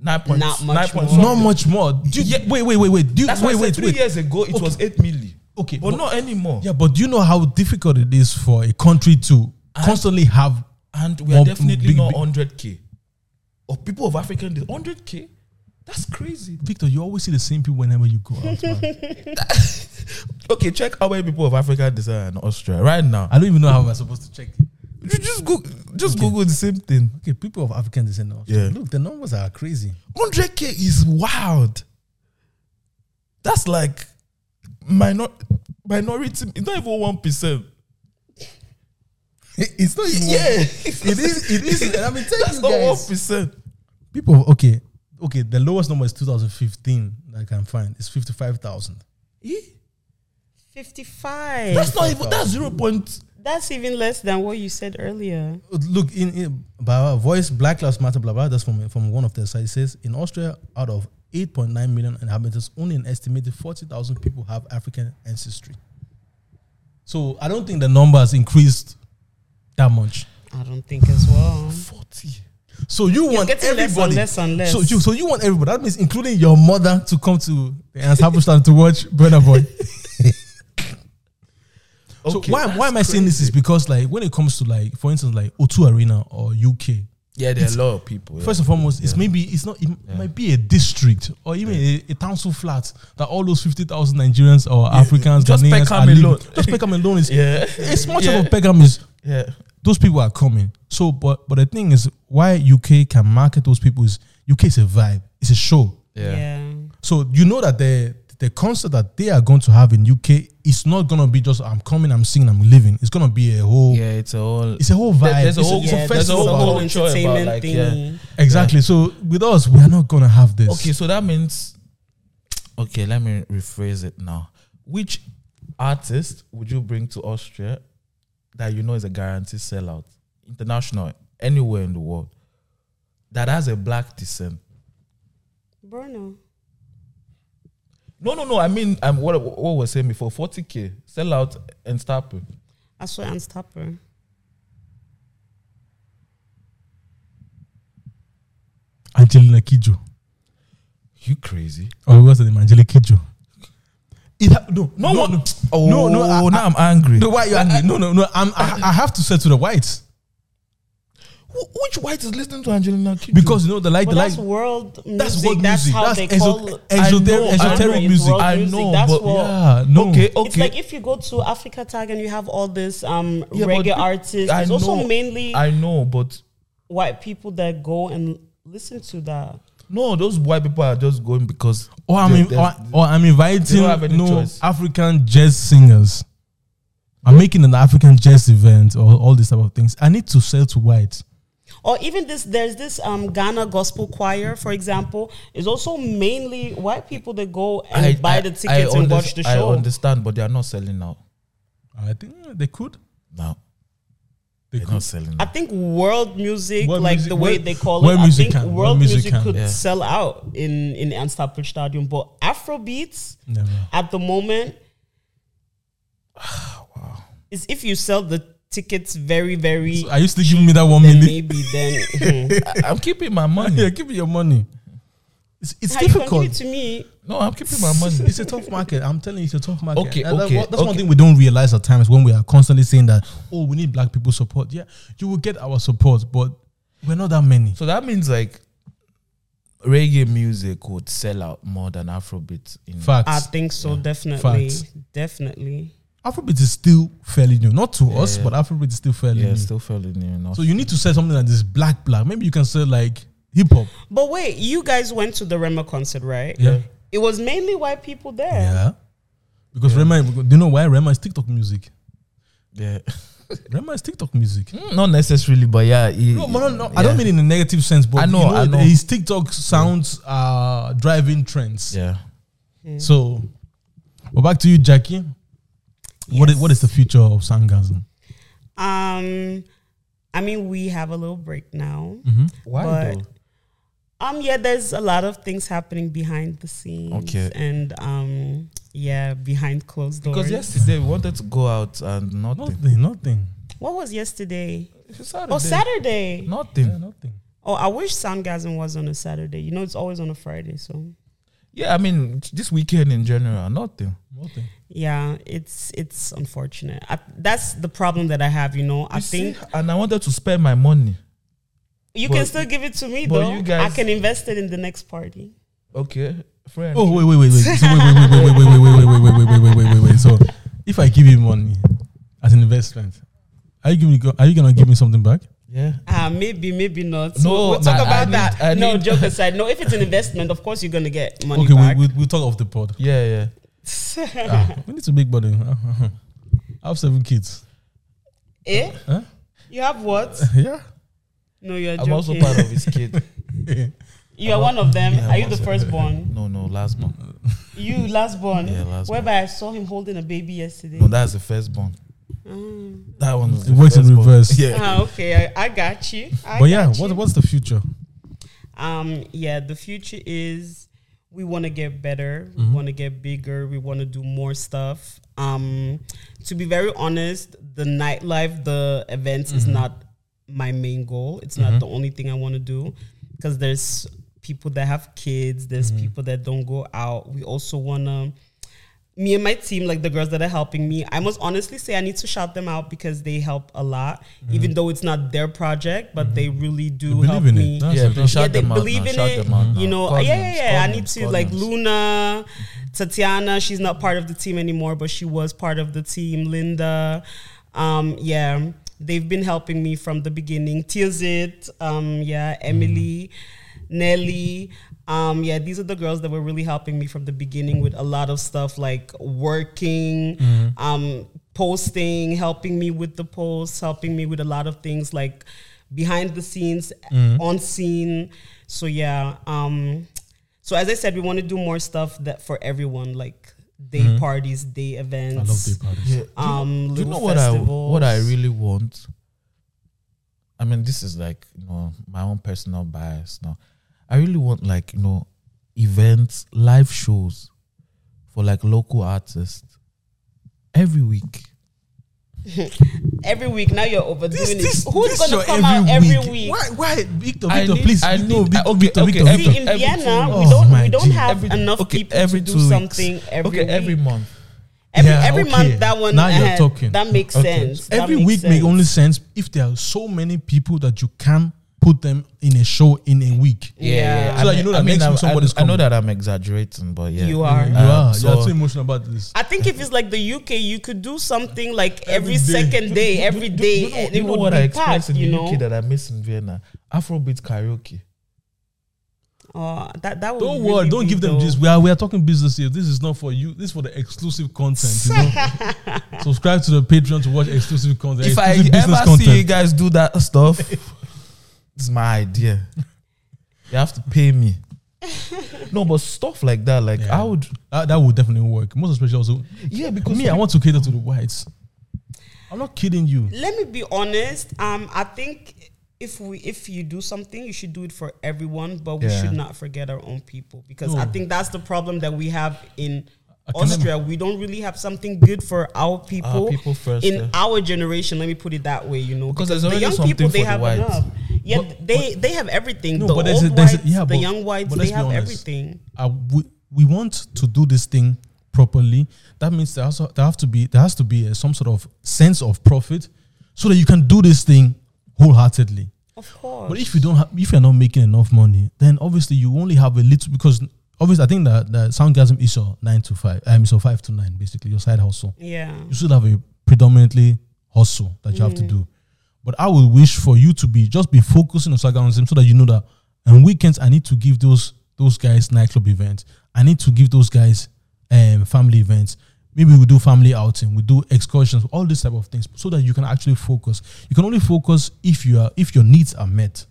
S3: Nine point.
S2: Not much
S3: nine point
S2: more.
S1: Not
S3: something.
S1: much more. Do you,
S3: Yeah.
S1: Wait, wait, wait, wait. Do you,
S3: That's
S1: wait,
S3: why I said
S1: wait,
S3: three
S1: wait.
S3: years ago it was eight milli.
S1: Okay,
S3: but,
S1: but-
S3: not anymore.
S1: Yeah, but do you know how difficult it is for a country to constantly have?
S3: And we are
S1: Well,
S3: definitely
S1: big-
S3: not
S1: big-
S3: hundred k. Or people of African hundred k. That's crazy.
S1: Victor, you always see the same people whenever you go out. man.
S3: Okay, check how many people of African descent are in Austria right now.
S1: I don't even know how I'm supposed to check. it.
S3: You just go, just Google the same thing.
S1: Okay, people of African descent. now.
S3: Yeah.
S1: Look, the numbers are crazy.
S3: Hundred k is wild. That's like minor minority. It's not even one percent.
S1: it's not even.
S3: Yeah,
S1: It is. It is. And I mean, tell
S3: That's
S1: you
S3: not one
S1: guys.
S3: percent.
S1: People. of- Okay. Okay. The lowest number is 2015 that I can find. It's 55,000.
S3: Eh?
S2: Fifty-five.
S3: That's not even. That's zero point.
S2: That's even less than what you said earlier.
S1: Look in, in by voice Black Lives Matter blah blah. That's from from one of their sites. It says in Austria, out of 8.9 million inhabitants, only an estimated 40,000 people have African ancestry. So I don't think the number has increased that much.
S2: I don't think as well.
S3: Forty.
S1: So you
S2: It's
S1: want
S2: getting less and
S1: everybody.
S2: less and less.
S1: So you so you want everybody. That means including your mother to come to the Ansabushtan to watch Burner Boy. So
S3: Okay,
S1: why why am I
S3: that's
S1: saying this is
S3: crazy.
S1: because like when it comes to like for instance like O2 Arena or UK,
S3: Yeah, there are a lot of people. yeah.
S1: First and foremost, it's maybe it's not. It might be a district or even a, a council flat that all those fifty thousand Nigerians or Africans,
S3: Just
S1: Ghanaians
S3: Peckham
S1: are living.
S3: alone.
S1: Just Peckham alone is.
S3: Yeah.
S1: It's much
S3: Yeah.
S1: of a Peckham is.
S3: yeah.
S1: Those people are coming. So, but but the thing is, why UK can market those people is UK is a vibe. It's a show.
S2: yeah.
S1: So you know that the the concert that they are going to have in UK is not gonna be just I'm coming, I'm singing, I'm living. It's gonna be a whole.
S3: Yeah, it's a whole.
S1: It's a whole vibe.
S3: there's a
S1: it's
S3: whole-
S1: it's
S3: yeah, there's a
S1: festival.
S3: whole
S2: whole
S3: culture about,
S2: entertainment
S3: like,
S2: thing.
S3: yeah.
S1: Exactly. So with us, we are not gonna have this.
S3: Okay, so that means. Okay, let me rephrase it now. Which artist would you bring to Austria that you know is a guaranteed sellout, international, anywhere in the world, that has a black descent?
S2: Bruno.
S3: No, no, no. I mean, um, what what we we're saying before, forty k sellout and stop it.
S2: I saw Unstopper.
S1: Angelina Kijo.
S3: You crazy?
S1: Or what's the name? Angelina Kijo. It ha- no,
S3: No,
S1: no,
S3: one.
S1: no.
S3: Oh,
S1: No, no, I-
S3: now I, am angry.
S1: No, why are you angry? No, no, no. I'm, I, I have to say to the whites.
S3: Wh- Which white is listening to Angelina Kidjo?
S1: because you know the like
S2: But
S1: the
S2: that's
S1: like
S2: world music.
S1: that's
S2: That's,
S1: world music.
S2: how
S1: That's
S2: they
S1: exo-
S2: call it.
S1: exoteric-
S2: I know, I
S1: exoteric
S2: know, it's
S1: music.
S2: world
S3: I
S2: music,
S3: know,
S2: that's
S3: but
S2: what-
S1: yeah, no.
S3: okay, okay.
S2: It's like if you go to Africa Tag and you have all these um,
S3: Yeah,
S2: reggae
S3: but pe-
S2: artists.
S3: I
S2: It's also
S3: know-
S2: mainly
S3: I know, but
S2: white people that go and listen to that.
S3: no, those white people are just going because.
S1: or I'm
S3: they-
S1: in,
S3: they-
S1: or, or I'm inviting
S3: they don't have any
S1: no
S3: choice.
S1: African jazz singers. I'm making an African jazz event or all these type of things. I need to sell to white.
S2: Or even this, there's this um, Ghana gospel choir, for example, is also mainly white people that go and buy the tickets
S3: I
S2: and
S3: unders-
S2: watch the show.
S3: I understand, but they are not selling now.
S1: I think uh, they could.
S3: Now
S1: They
S3: they're
S1: could.
S3: not selling.
S2: I
S3: Now.
S2: think world music,
S1: World
S2: like
S1: music-
S2: the way
S1: world-
S2: they call
S1: world
S2: it, I
S1: music
S2: think
S1: can, world
S2: world
S1: music
S2: music
S1: can,
S2: could
S1: yeah.
S2: sell out in in Anstapel Stadium. But Afrobeats
S1: Never.
S2: at the moment, is if you sell the tickets very very,
S1: So are you still giving me that one
S2: then
S1: minute?
S2: maybe then Mhm.
S3: I, am keeping my money.
S1: yeah, give me your money. It's, it's
S2: How you can give
S1: difficult.
S2: it to me.
S3: No, I'm keeping my money.
S1: It's a tough market. I'm telling you, it's a tough market.
S3: Okay,
S1: And that-
S3: okay,
S1: that's one
S3: okay.
S1: thing we don't realize at times when we are constantly saying that, oh, we need black people support. Yeah, you will get our support, but we're not that many.
S3: So that means like reggae music would sell out more than Afrobeat. In
S2: I
S1: Facts.
S2: think so, definitely,
S1: Facts.
S2: definitely.
S1: Afrobeat is still fairly new. Not to us,
S3: yeah.
S1: but Afrobeat is still fairly
S3: yeah,
S1: new.
S3: still fairly new enough.
S1: So you need to sell something that is black, black. Maybe you can sell like hip hop.
S2: But wait, you guys went to the Rema concert, right?
S1: Yeah.
S2: It was mainly white people there.
S1: Yeah. Because Rema, do you know why Rema is TikTok music?
S3: yeah,
S1: Rema is TikTok music.
S3: Hmm, not necessarily, but yeah. it-
S1: No, but no, no, I don't
S3: yeah.
S1: mean in a negative sense, but
S3: I
S1: you
S3: know,
S1: know,
S3: I know.
S1: his TikTok sounds are driving trends.
S3: Yeah.
S1: So, well, back to you, Jackie. What is,
S2: Yes.
S1: what is the future of Sangasm?
S2: Um, I mean, we have a little break now.
S3: Why
S2: But- Um, yeah, there's a lot of things happening behind the scenes.
S3: Okay.
S2: And um, yeah, behind closed doors.
S3: Because yesterday we wanted to go out and nothing.
S1: Nothing, nothing.
S2: What was yesterday?
S3: It's Saturday.
S2: Oh, Saturday.
S3: Nothing.
S1: Yeah, nothing.
S2: Oh, I wish Soundgasm was on a Saturday. You know, it's always on a Friday. So
S3: Yeah, I mean this weekend in general, nothing.
S1: Nothing.
S2: yeah, it's it's unfortunate. I, that's the problem that I have. You know, I
S3: You see,
S2: think
S3: and I wanted to spend my money.
S2: you
S3: but-
S2: can still give it to me
S3: but
S2: though.
S3: you
S2: I
S3: guys-
S2: can invest it in the next party.
S3: Okay, friend.
S1: Oh wait, wait, wait, wait. So wait, wait, wait, wait, wait, wait, wait, wait, wait, wait, wait, wait, wait, wait, wait. So if I give you money as an investment, are you giving me? Are you gonna give me something back?
S3: Yeah.
S2: Ah, maybe, maybe not.
S3: No,
S2: we'll, we'll talk
S3: I- I
S2: about
S3: need-
S2: that.
S3: I
S2: no,
S3: need-
S2: joke aside. No, if it's an investment, of course you're gonna get money
S1: Okay, we,
S2: back.
S1: we we'll talk off the pod.
S3: Yeah, yeah.
S1: Ah, we need to make money. I have seven kids.
S2: eh?
S1: Huh?
S2: You have what?
S1: Yeah.
S2: No, you're
S3: I'm
S2: joking.
S3: also part of his kid.
S2: you are one of them.
S3: Yeah,
S2: are you
S3: I'm
S2: the
S3: also-
S2: firstborn?
S3: No, no, last month.
S2: You lastborn.
S3: Yeah, lastborn.
S2: Whereby I saw him holding a baby yesterday.
S3: No, that's the firstborn.
S2: Mm.
S3: That one was
S1: It
S3: the
S1: works in
S3: firstborn.
S1: reverse.
S3: Yeah.
S2: Ah, okay, I, I got you. I
S1: But yeah,
S2: got
S1: what
S2: you.
S1: what's the future?
S2: Um, yeah, the future is we want to get better, we
S1: Mm-hmm.
S2: want to get bigger, we want to do more stuff. Um, to be very honest, the nightlife, the events
S1: Mm-hmm.
S2: is not my main goal. It's not the only thing I want to do because there's people that have kids, there's
S1: Mm-hmm.
S2: people that don't go out. We also want to me and my team, like the girls that are helping me, I must honestly say I need to shout them out because they help a lot, even though it's not their project, but they really do
S1: Mm-hmm. They
S2: help
S1: believe in it.
S2: me
S1: That's
S3: Yeah,
S1: it,
S3: please
S1: that's
S3: shout
S2: yeah, they
S3: them out.
S2: believe
S3: now,
S2: in
S3: shout
S2: it.
S3: them out now.
S2: You know,
S3: Call
S2: yeah,
S3: names,
S2: yeah, yeah.
S3: call
S2: I need
S3: names,
S2: to
S3: call
S2: like
S3: names.
S2: Luna, Tatiana. She's not part of the team anymore, but she was part of the team. Linda, um, yeah, they've been helping me from the beginning. Tizit, um, yeah, Emily, Nelly. Um, yeah, these are the girls that were really helping me from the beginning with a lot of stuff like working, um, posting, helping me with the posts, helping me with a lot of things like behind the scenes, on scene. So yeah, um, so as I said, we want to do more stuff that for everyone, like day parties, day events.
S1: Mm-hmm. I love day parties.
S3: Yeah.
S2: Um,
S3: Do you
S2: little
S3: know what I what I really want? I mean, this is like you know my own personal bias. Now, I really want like you know events, live shows for like local artists every week.
S2: every week. Now you're overdoing
S1: This, this,
S2: it. Who's
S1: this
S2: gonna
S1: your
S2: come out every week?
S1: Why, why, Victor,
S3: I
S1: Victor,
S3: need-
S1: please,
S3: I
S1: no,
S3: need-
S1: Victor,
S3: okay,
S1: Victor,
S3: okay,
S1: Victor,
S3: every-
S1: Victor.
S2: See, in
S3: every two
S2: Vienna, we
S1: weeks.
S2: don't
S1: Oh, my
S2: we don't
S1: G.
S2: have
S3: Every-
S2: enough
S3: okay,
S2: people
S3: every
S2: to do
S3: two weeks.
S2: something every
S3: okay, every
S2: week.
S3: month.
S2: Every,
S1: Yeah,
S2: every
S1: okay.
S2: month that one
S1: Now you're
S2: had-
S1: talking.
S2: That makes sense. That
S1: Every
S2: makes
S1: week make
S2: sense.
S1: only sense if there are so many people that you can put them in a show in a week.
S3: Yeah,
S2: Yeah.
S3: yeah.
S1: So that you know that next
S3: I-
S1: week somebody's
S3: I, I know
S1: coming.
S3: that I'm exaggerating, but yeah,
S2: You are.
S1: You
S3: Um,
S1: are
S3: so-
S1: you are too emotional about this.
S2: I think if it's like the UK, you could do something like every,
S1: Every day.
S2: second day, every day.
S3: You know,
S2: and
S3: you
S2: it
S3: know
S2: would
S3: what
S2: be
S3: I experienced
S2: packed,
S3: in
S2: you
S3: the
S2: know?
S3: UK that I miss in Vienna? Afrobeat karaoke.
S2: Oh, that, that would
S1: Don't
S2: really
S1: worry, don't
S2: be
S1: give them
S2: dope.
S1: this. We are we are talking business here. This is not for you. This is for the exclusive content. You know? Subscribe to the Patreon to watch exclusive content.
S3: if I
S1: exclusive
S3: ever see you guys do that stuff, it's my idea. You have to pay me. no, but stuff like that, like
S1: Yeah.
S3: I would,
S1: that, that would definitely work. Most especially also
S3: yeah, because
S1: me. I want to cater to the whites. I'm not kidding you.
S2: Let me be honest. Um, I think if we if you do something, you should do it for everyone, but we
S3: Yeah.
S2: should not forget our own people because I
S1: No.
S2: think that's the problem that we have in
S1: Academic.
S2: Austria. We don't really have something good for our people,
S3: people first,
S2: in
S3: yeah.
S2: our generation. Let me put it that way, you know,
S3: Because there's already something for the whites.
S2: Yeah,
S1: But-
S2: they they have everything.
S1: No,
S2: the
S1: but
S2: old
S1: there's a-
S2: whites,
S1: there's a- yeah,
S2: the
S1: but-
S2: young whites,
S1: but let's
S2: they
S1: be
S2: have
S1: honest.
S2: everything.
S1: I- we, we want to do this thing properly. That means there also there have to be there has to be uh, some sort of sense of profit, so that you can do this thing wholeheartedly.
S2: Of course.
S1: But if you don't, ha- if you're not making enough money, then obviously you only have a little because obviously I think that the soundgasm is your nine to five, um, is your five to nine, basically your side hustle.
S2: yeah.
S1: You should have a predominantly hustle that you have to do. But I would wish for you to be just be focusing on soundgasm so that you know that on weekends I need to give those those guys nightclub events. I need to give those guys um, family events. Maybe we do family outing, we do excursions, all these type of things, so that you can actually focus. You can only focus if you are if your needs are met.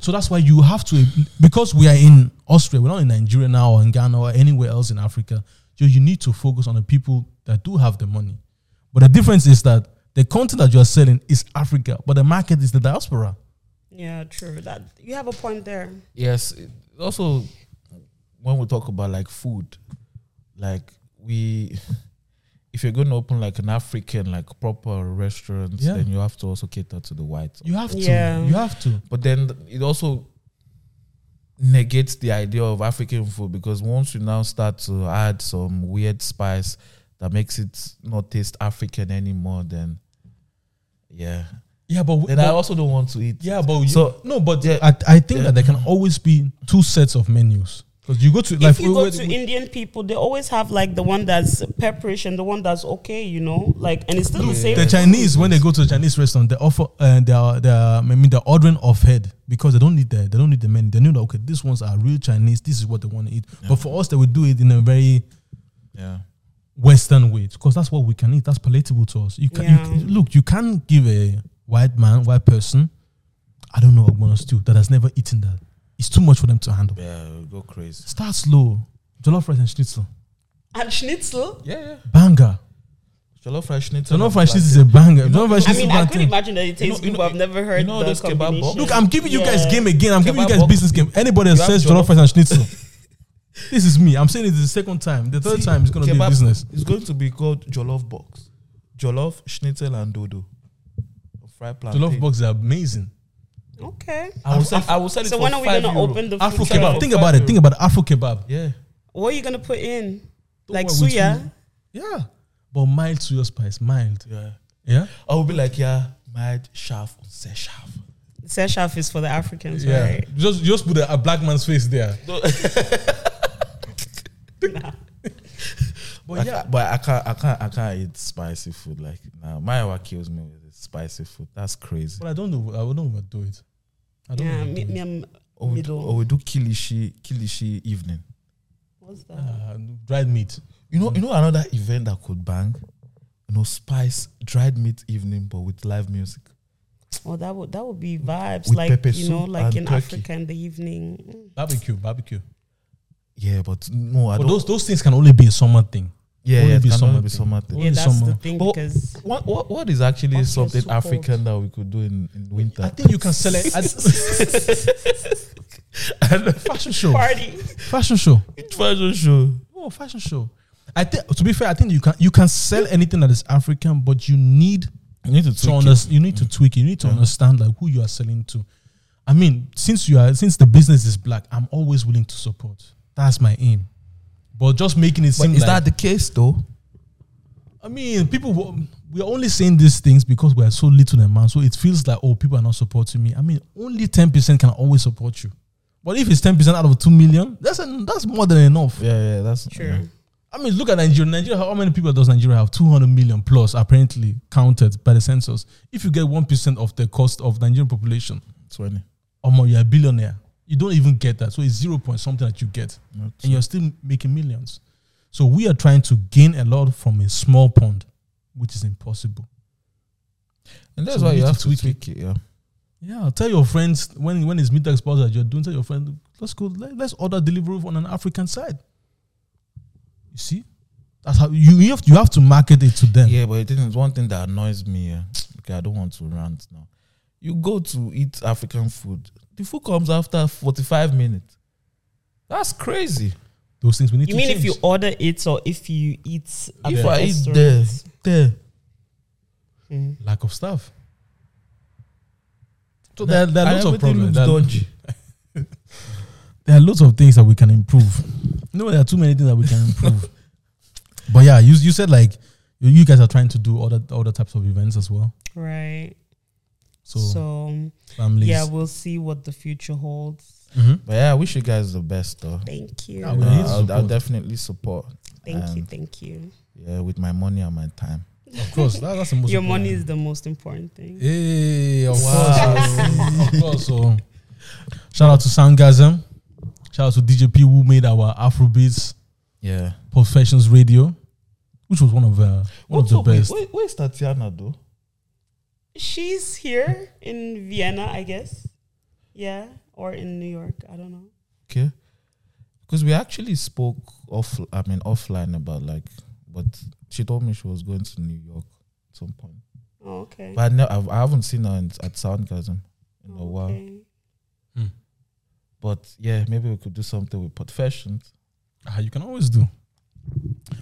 S1: So that's why you have to, because we are in Austria, we're not in Nigeria now or in Ghana or anywhere else in Africa. So you need to focus on the people that do have the money. But the difference is that the content that you are selling is Africa, but the market is the diaspora.
S2: Yeah, true. That you have a point there.
S3: yes it- also when we talk about like food like we if you're going to open like an african like proper restaurant
S1: Yeah.
S3: then you have to also cater to the whites
S1: You have to.
S2: Yeah.
S1: You have to.
S3: but then th- it also negates the idea of african food because once you now start to add some weird spice that makes it not taste african anymore then yeah
S1: Yeah, but,
S3: then i also don't want to eat
S1: yeah, but
S3: So-
S1: no, but
S3: Yeah.
S1: I, I think
S3: Yeah.
S1: that there can always be two sets of menus because you go to like
S2: if you
S1: we-
S2: go
S1: we-
S2: to
S1: we-
S2: Indian people, they always have like the one that's pepperish and the one that's okay, you know, like and it's still the same.
S1: the Chinese when they go to a Chinese restaurant, they offer uh, they are they are, I mean they're ordering off head because they don't need the they don't need the menu. They know that okay, these ones are real Chinese. This is what they want to eat. But for us, they would do it in a very
S3: yeah
S1: Western way because that's what we can eat. That's palatable to us. You can you
S2: Yeah.
S1: can- look. You can give a white man, white person, I don't know, ogbono stew that has never eaten that. It's too much for them to handle.
S3: yeah it'll go crazy
S1: Start slow. Jollof rice and schnitzel.
S2: and schnitzel.
S3: yeah yeah
S1: Banger.
S3: Jollof rice schnitzel.
S1: Jollof
S3: and
S1: rice
S3: plantain.
S1: schnitzel is a banger. Jollof rice
S2: I
S1: schnitzel.
S2: mean, I
S1: plantain.
S2: could imagine that it
S3: You know-
S2: tastes
S3: you
S2: good,
S3: know-
S2: but I've never heard.
S3: you know
S2: the
S3: those kebab
S2: combination.
S3: box?
S1: Look, I'm giving you guys
S2: Yeah.
S1: game again. I'm giving you
S3: Kebab
S1: guys
S3: box.
S1: business game. Anybody that
S3: You have
S1: says
S3: jollof-
S1: jollof rice and schnitzel, this is me. I'm saying it the second time. The third
S3: See,
S1: time it's gonna be
S3: kebab-
S1: business.
S3: It's going to be called Jollof Box. Jollof, Schnitzel, and Dodo. Fried plantain.
S1: Jollof boxes are amazing.
S2: Okay.
S3: I will sell, I will sell it
S2: So
S3: for
S2: when are we
S3: five
S2: gonna
S3: euro.
S2: open the food
S1: Afro
S2: truck?
S1: kebab. Think about it. Think about Afro kebab.
S3: Yeah.
S2: What are you gonna put in? Like
S1: worry, we
S2: suya.
S1: Yeah. But mild suya spice, mild.
S3: Yeah.
S1: Yeah.
S3: I will be like, yeah, mad chef on say chef.
S2: Seshaf is for the Africans, right?
S1: Just just put a, a black man's face there.
S3: But yeah, but I can't, I can't, I can't eat spicy food. Like, nah, my wife kills me with this spicy food. That's crazy.
S1: But I don't know. I don't overdo it. I don't
S2: Yeah, me,
S1: overdo
S2: me, um,
S1: it.
S2: I'm
S3: Or we, do,
S2: middle.
S3: or we do kilishi, kilishi evening.
S2: What's that?
S1: Uh, dried meat.
S3: You know, you know another event that could bang. You know, spice dried meat evening, but with live music.
S2: Well, Oh, that would that would be vibes,
S3: with
S2: like
S3: pepper
S2: you know,
S3: soup
S2: like
S3: and
S2: in
S3: turkey.
S2: Africa in the evening.
S1: Barbecue, barbecue.
S3: Yeah, but no, I
S1: But
S3: don't.
S1: those those things can only be a summer thing.
S3: yeah,
S1: only
S3: yeah, it
S1: be
S3: can
S1: summer
S3: only be
S1: thing.
S3: summer
S1: Only
S3: thing.
S2: Yeah, that's
S1: summer. Oh.
S2: the thing
S3: But-
S2: because
S3: What, what, what is actually
S2: Austria is
S3: something
S2: so cold.
S3: African that we could do in, in winter?
S1: I think you can sell it at fashion show.
S2: party.
S1: Fashion show.
S3: It's fashion show.
S1: Oh, fashion show. I think to be fair, I think you can you can sell anything that is African, but you need
S3: You need to
S1: to
S3: tweak it.
S1: understand. You need to tweak. it. You need to understand like who you are selling to. I mean, since you are since the business is black, I'm always willing to support. That's my aim. But just making it
S3: But
S1: seem
S3: is
S1: like
S3: that the case though?
S1: I mean, people w- we are only saying these things because we are so little in man. So it feels like oh, people are not supporting me. I mean, only ten percent can always support you. But if it's ten percent out of two million, that's an, that's more than enough.
S3: Yeah, yeah, that's
S2: True.
S3: yeah.
S1: I mean, look at Nigeria. Nigeria, how many people does Nigeria have? Two hundred million plus, apparently counted by the census. If you get one percent of the cost of Nigerian population,
S3: twenty.
S1: or you're a billionaire. You don't even get that. So it's zero point something that you get
S3: Not
S1: and you're still making millions. So we are trying to gain a lot from a small pond, which is impossible.
S3: And that's
S1: So
S3: why
S1: we
S3: you
S1: need
S3: have
S1: to
S3: to
S1: tweak
S3: tweak,
S1: it.
S3: it. Yeah.
S1: Yeah, tell your friends when when it's meet the exposure that you're doing. Tell your friend, let's go, let, let's order delivery on an African side. You see, that's how you, you have you have to market it to them.
S3: Yeah, but it is one thing that annoys me. Yeah. Okay, I don't want to rant now. You go to eat African food. The food comes after forty-five minutes. That's crazy.
S1: Those things we need
S2: You
S1: to
S2: mean if
S1: change.
S2: you order it or if you eat? At
S3: If
S2: the
S3: I eat
S2: restaurant?
S3: there, there,
S2: Mm.
S1: lack of staff. So
S3: Nah,
S1: there, there are
S3: and
S1: lots of
S3: everything
S1: problems.
S3: looks
S1: There are-
S3: dodgy.
S1: there are lots of things that we can improve. No, there are too many things that we can improve. but yeah, you you said like you, you guys are trying to do other other types of events as well.
S2: Right.
S1: So,
S2: so um,
S1: families.
S2: yeah, we'll see what the future holds.
S1: Mhm.
S3: But yeah, I wish you guys the best though.
S2: Thank you.
S1: Yeah,
S3: Uh,
S1: we need
S3: I'll, I'll
S1: support.
S3: definitely support.
S2: Thank you.
S3: um,
S2: Thank you.
S3: Yeah, with my money and my time.
S1: Of course, that, that's the most.
S2: Your money is the most important thing.
S1: Hey, of course, of course. So, shout out to Sangasm. Shout out to DJP who made our Afrobeats
S3: Yeah.
S1: Professions Radio, which was one of uh, one
S3: What's
S1: of
S3: up
S1: the
S3: with-
S1: best.
S3: Where, where's Tatiana though?
S2: She's here in Vienna, I guess. Yeah, or in New York. I don't know.
S3: Okay. Because we actually spoke off I mean offline about like but she told me she was going to New York at some point.
S2: Oh, okay.
S3: But I, ne- I've, I haven't seen her in, at Soundgasm in a
S2: Oh,
S3: while.
S2: okay.
S3: But yeah, maybe we could do something with professions.
S1: Ah, you can always do.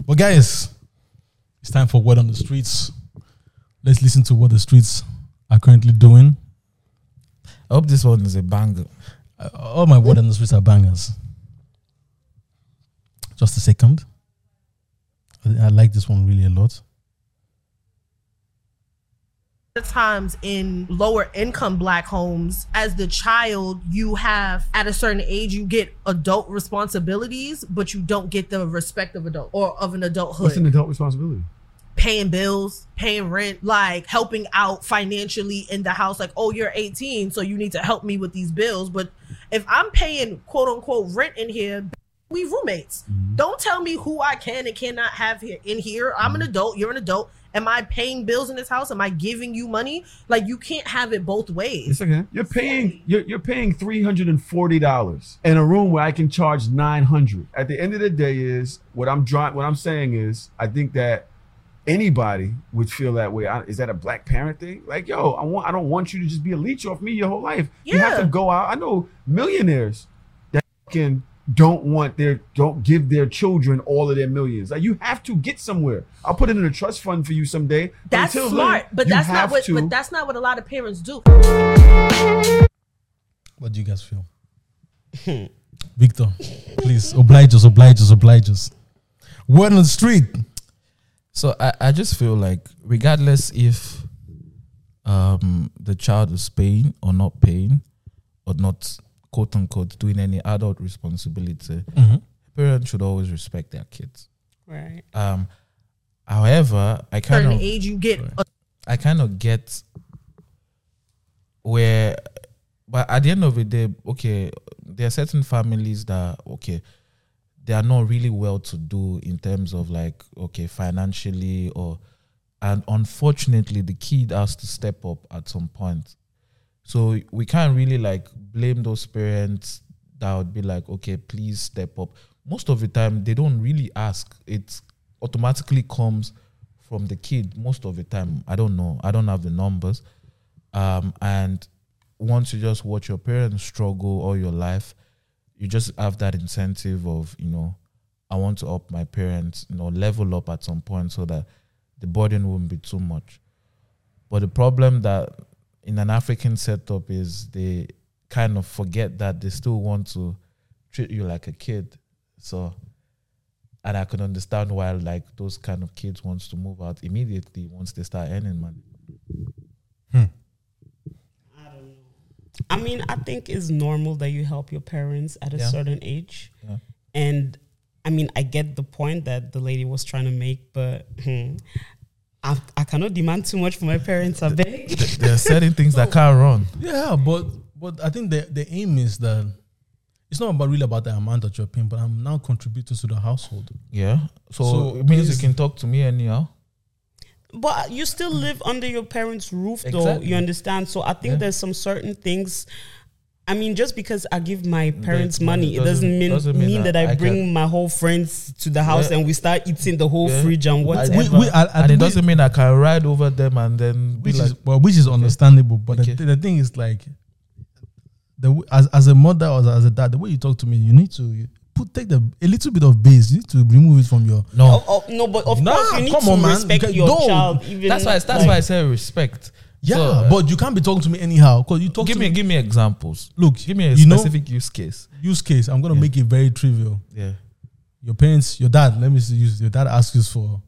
S1: But guys, it's time for word on the streets. Let's listen to what the streets are currently doing.
S3: I hope this one is a banger.
S1: Uh, all my word on the streets are bangers. Just a second. I, I like this one really a lot.
S4: lot of times in lower income black homes as the child you have at a certain age you get adult responsibilities but you don't get the respect of adult or of an adulthood
S5: What's an adult responsibility?
S4: paying bills, paying rent, like helping out financially in the house. Like, oh, you're 18, so you need to help me with these bills. But if I'm paying quote unquote rent in here, we roommates.
S5: Mm-hmm.
S4: Don't tell me who I can and cannot have here in here. I'm
S5: Mm-hmm.
S4: an adult, you're an adult. Am I paying bills in this house? Am I giving you money? Like you can't have it both ways.
S5: It's okay. You're paying you're, you're paying three hundred and forty dollars in a room where I can charge nine hundred. At the end of the day, is what I'm drawing. What I'm saying is, I think that anybody would feel that way. I, is that a black parent thing? Like, yo, I want I don't want you to just be a leech off me your whole life. You have to
S4: Yeah.
S5: go out. I know millionaires that fucking don't want their don't give their children all of their millions. Like, you have to get somewhere. I'll put it in a trust fund for you someday. But
S4: That's
S5: until then,
S4: smart, but
S5: you
S4: that's not
S5: have
S4: what
S5: to-
S4: but that's not what a lot of parents do.
S1: What do you guys feel? Victor, please oblige us, oblige us, oblige us. Word on the street.
S3: So I, I just feel like regardless if um the child is paying or not paying or not quote unquote doing any adult responsibility, parents should always respect their kids.
S2: Right.
S3: Um however, I kind
S4: Certain
S3: of
S4: age you get a
S3: I kind of get where, but at the end of the day, okay, there are certain families that okay, they are not really well to do in terms of like okay financially or, and unfortunately, the kid has to step up at some point. So we can't really like blame those parents that would be like, okay, please step up. Most of the time, they don't really ask. It automatically comes from the kid. Most of the time, I don't know. I don't have the numbers. Um, and once you just watch your parents struggle all your life, you just have that incentive of you know, I want to up my parents, you know, level up at some point so that the burden won't be too much. But the problem that in an African setup is they kind of forget that they still want to treat you like a kid. So and I can understand why like those kind of kids wants to move out immediately once they start earning money.
S2: I mean, I think it's normal that you help your parents at a
S3: Yeah.
S2: certain age.
S3: Yeah.
S2: And I mean, I get the point that the lady was trying to make, but hmm, I, I cannot demand too much for my parents. I beg.
S3: There are certain things that can't run.
S1: Yeah, but but I think the the aim is that it's not about really about the amount that you're paying, but I'm now contributing to the household.
S3: Yeah. So,
S1: So
S3: it means
S1: is-
S3: you can talk to me anyhow.
S2: But you still live under your parents' roof, though.
S3: Exactly.
S2: You understand? So I think there's some certain things. I mean, just because I give my parents
S3: That-
S2: money, it doesn't, mean
S3: doesn't
S2: mean, that, I, bring my whole friends to the house
S3: Yeah.
S2: and we start eating the whole
S3: Yeah.
S2: fridge and
S3: I-
S2: whatever.
S1: We, we, I, I
S3: and
S1: think
S3: it
S1: we-
S3: doesn't mean I can ride over them and then be
S1: which
S3: like,
S1: is well, which is understandable. But
S3: Okay.
S1: the, the thing is like the w- as as a mother or as a dad, the way you talk to me, you need to you put take the a little bit of base. You need to remove it from your
S3: no.
S2: Oh, oh, no, but of
S1: Nah,
S2: course you need
S1: come
S2: to
S1: on, man.
S2: respect
S1: You can-
S2: your
S1: don't.
S2: child. Even
S3: That's why. That's
S2: like-
S3: why I say respect.
S1: yeah.
S3: So, uh,
S1: but you can't be talking to me anyhow because you talk
S3: give
S1: to
S3: me
S1: me.
S3: give me examples.
S1: Look,
S3: Give me a
S1: you know-
S3: specific use case.
S1: use case. I'm gonna
S3: Yeah.
S1: make it very trivial.
S3: Yeah.
S1: Your parents, your dad. Let me see, use your dad asks you for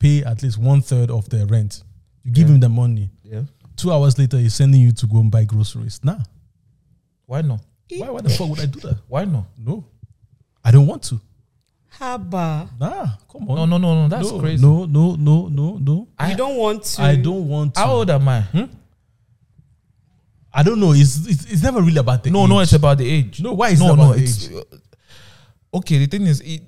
S1: pay at least one third of the rent. You give
S3: Yeah.
S1: him the money.
S3: Yeah.
S1: Two hours later, he's sending you to go and buy groceries. Nah,
S3: Why not?
S1: why, why the fuck would I do that?
S3: Why not?
S1: No, I don't want to.
S2: Haba,
S1: Nah, come on.
S3: No, no, no, no. That's
S1: no,
S3: crazy.
S1: No, no, no, no, no.
S3: I-
S2: you don't want to.
S1: I don't want to.
S3: How old am I?
S1: Hmm? I don't know. It's, it's it's never really about the
S3: No,
S1: age.
S3: no. It's about the age.
S1: No, why is it
S3: no,
S1: about
S3: no.
S1: the
S3: It's uh, okay. The thing is, it.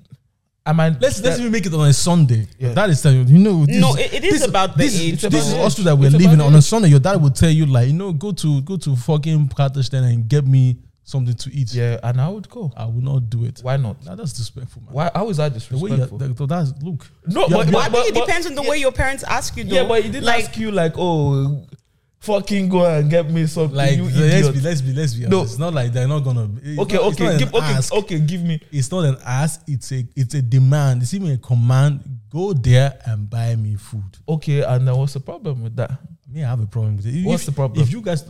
S3: I
S1: Let's
S3: might
S1: let's
S3: that-
S1: even make it on a Sunday.
S3: Yeah.
S1: That is telling you, you know. This,
S2: No, it- it is
S1: this-
S2: about the
S1: this,
S2: age.
S1: This,
S2: It's
S1: is
S3: about the
S1: also
S3: age.
S1: that we're
S3: It's about
S1: living
S3: the
S1: on a
S3: age.
S1: Sunday. Your dad would tell you like, you know, go to go to fucking Pakistan and get me something to eat.
S3: yeah, and I would go.
S1: I will not do it.
S3: Why not?
S1: Nah, that's disrespectful, man.
S3: Why? How is that
S1: Ah. The way you, that,
S3: disrespectful?
S1: that's look.
S3: No,
S1: Yeah,
S3: but,
S1: but
S2: I
S3: but,
S2: think it
S3: but-
S2: depends on the
S3: yeah,
S2: way your parents ask you. Though.
S3: Yeah, but he didn't
S2: like
S3: ask you like, oh, fucking go and get me something.
S1: Like
S3: you
S1: let's
S3: idiot.
S1: be let's be let's be honest.
S3: No.
S1: It's not like they're not gonna. It's
S3: okay,
S1: not, it's not
S3: okay,
S1: an
S3: give, okay,
S1: ask.
S3: okay, give me.
S1: It's not an ask. It's a it's a demand. It's even a command. Go there and buy me food.
S3: Okay, and then what's the problem with that?
S1: Me, I have a problem with it. If-
S3: What's
S1: if-
S3: the problem?
S1: If you guys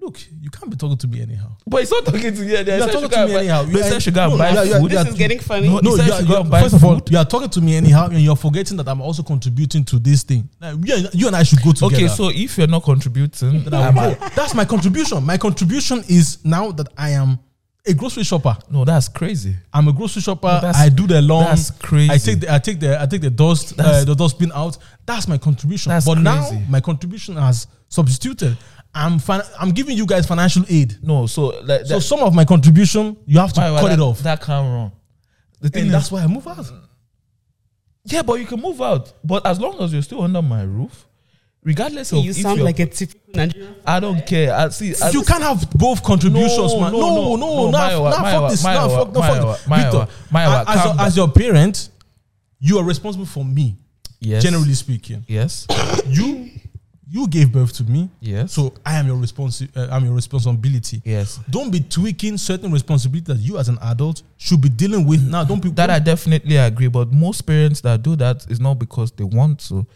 S1: look, you can't be talking to me anyhow.
S3: But he's not talking to you. They
S1: You are
S3: said
S1: talking
S3: you can
S1: to me
S3: buy-
S1: anyhow.
S3: They
S1: You are-
S3: said you can
S1: no,
S3: buy
S1: no, you are-
S3: food.
S1: you
S2: this
S1: are-
S2: is getting funny.
S3: No,
S1: no,
S3: said
S1: you are,
S3: she
S1: you
S3: go
S1: are-
S3: and buy
S1: first of all,
S3: food.
S1: you are talking to me anyhow, and you're forgetting that I'm also contributing to this thing. Now, you, and- you and I should go together.
S3: Okay, so if you're not contributing,
S1: Then I
S3: I'm
S1: will
S3: out.
S1: go. that's my contribution. My contribution is now that I am a grocery shopper.
S3: no, that's crazy.
S1: I'm a grocery shopper.
S3: that's-
S1: I do the lawn.
S3: that's crazy.
S1: I take the I take the I take the dust uh, the dustbin out. That's my contribution.
S3: That's
S1: but now
S3: crazy.
S1: my contribution has substituted. I'm fin- I'm giving you guys financial aid.
S3: No, so like
S1: So some of my contribution you have to
S3: why- why
S1: cut
S3: that,
S1: it off.
S3: That can't run. The thing
S1: and
S3: is,
S1: that's why I move out.
S3: yeah, but you can move out. But as long as you're still under my roof, regardless of
S2: you
S3: if
S2: sound
S3: you're-
S2: like a typical Nigerian.
S3: I don't care. I see. I,
S1: you can't have both contributions, man. No, no, no, nah,
S3: Maiwa,
S1: nah,
S3: Maiwa,
S1: fuck this. Nah,
S3: Maiwa,
S1: fuck, nah,
S3: Maiwa,
S1: fuck this.
S3: Maiwa,
S1: Victor,
S3: Maiwa,
S1: as,
S3: calm
S1: your, as
S3: down.
S1: your parent, you are responsible for me,
S3: yes,
S1: generally speaking.
S3: yes,
S1: You you gave birth to me.
S3: yes.
S1: So I am your responsi- uh, I'm your responsibility.
S3: yes,
S1: Don't be tweaking certain responsibilities that you as an adult should be dealing with now. Don't be
S3: that I definitely agree. But most parents that do that is not because they want to.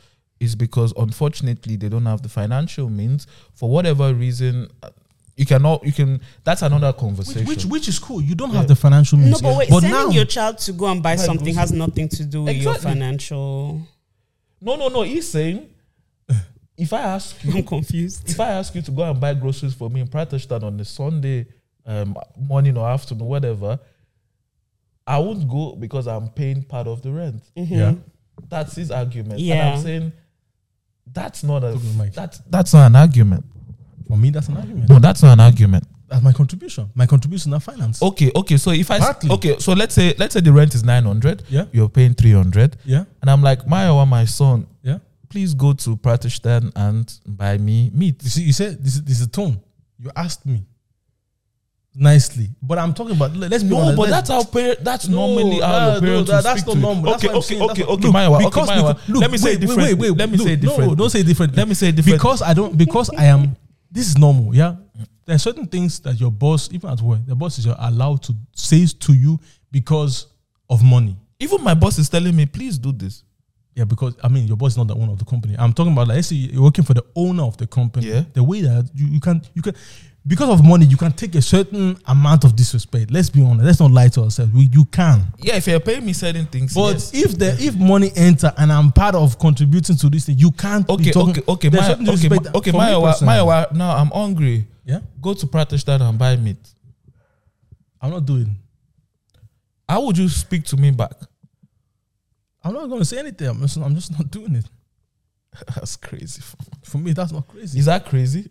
S3: It's because unfortunately they don't have the financial means for whatever reason. uh, You cannot. You can. That's another conversation.
S1: which, which which is cool. You don't have the financial means.
S2: No, but wait, sending
S1: now
S2: your child to go and buy
S3: Like,
S2: something has nothing to do with your
S3: Exactly.
S2: financial.
S3: no, no, no. He's saying, if I ask
S2: I'm confused.
S3: if I ask you to go and buy groceries for me in Pratishthan on a Sunday um, morning or afternoon, whatever, I won't go because I'm paying part of the rent.
S1: yeah.
S3: That's his argument. And
S2: Yeah.
S3: I'm saying that's not a
S1: Look at the mic.
S3: that's that's not an argument.
S1: For me, that's an argument.
S3: No, that's not an argument.
S1: That's my contribution. My contribution is finance.
S3: Okay, okay. So if I s-
S1: Partly.
S3: okay, so let's say let's say the rent is nine hundred.
S1: Yeah.
S3: you're paying three hundred,
S1: Yeah,
S3: and I'm like, Maya, my son,
S1: yeah.
S3: please go to Pratishthan and buy me meat.
S1: You see, you said this is this is a tone. You asked me nicely, but I'm talking about. let- Let's be
S3: No,
S1: honest,
S3: but
S1: let's-
S3: that's how parent. That's
S1: No,
S3: normally
S1: nah,
S3: how your
S1: no,
S3: parents
S1: that-
S3: will
S1: that's
S3: speak
S1: not
S3: to you.
S1: normal. That's
S3: Okay,
S1: what I'm
S3: okay,
S1: saying.
S3: okay,
S1: That's what-
S3: okay,
S1: Look,
S3: Maiwa, okay,
S1: because
S3: Maiwa.
S1: because- look,
S3: Let me say
S1: wait,
S3: it
S1: wait,
S3: differently.
S1: wait, wait.
S3: Let me say it
S1: Look, No,
S3: differently.
S1: don't say it differently.
S3: Let me say it differently.
S1: Because I don't. Because I am. This is normal. Yeah, there are certain things that your boss, even at work, the boss is allowed to say to you because of money.
S3: Even my boss is telling me, please do this.
S1: Yeah, because I mean, your boss is not the owner of the company. I'm talking about like, let's say you're working for the owner of the company.
S3: Yeah.
S1: The way that you, you can you can because of money, you can take a certain amount of disrespect. Let's be honest. Let's not lie to ourselves. We, you can.
S3: Yeah, if you're paying me certain things,
S1: But
S3: yes.
S1: if the if money enter and I'm part of contributing to this thing, you can't. be
S3: okay,
S1: talking-
S3: okay, okay,
S1: There's
S3: my,
S1: certain
S3: okay,
S1: disrespect
S3: my, okay,
S1: for me
S3: my, wa-
S1: personally.
S3: my, wa- now I'm hungry.
S1: Yeah,
S3: Go to Pratishthan and buy meat.
S1: I'm not doing.
S3: How would you speak to me back?
S1: I'm not going to say anything. I'm just, I'm just not doing it.
S3: That's crazy.
S1: For me, that's not crazy.
S3: Is that crazy?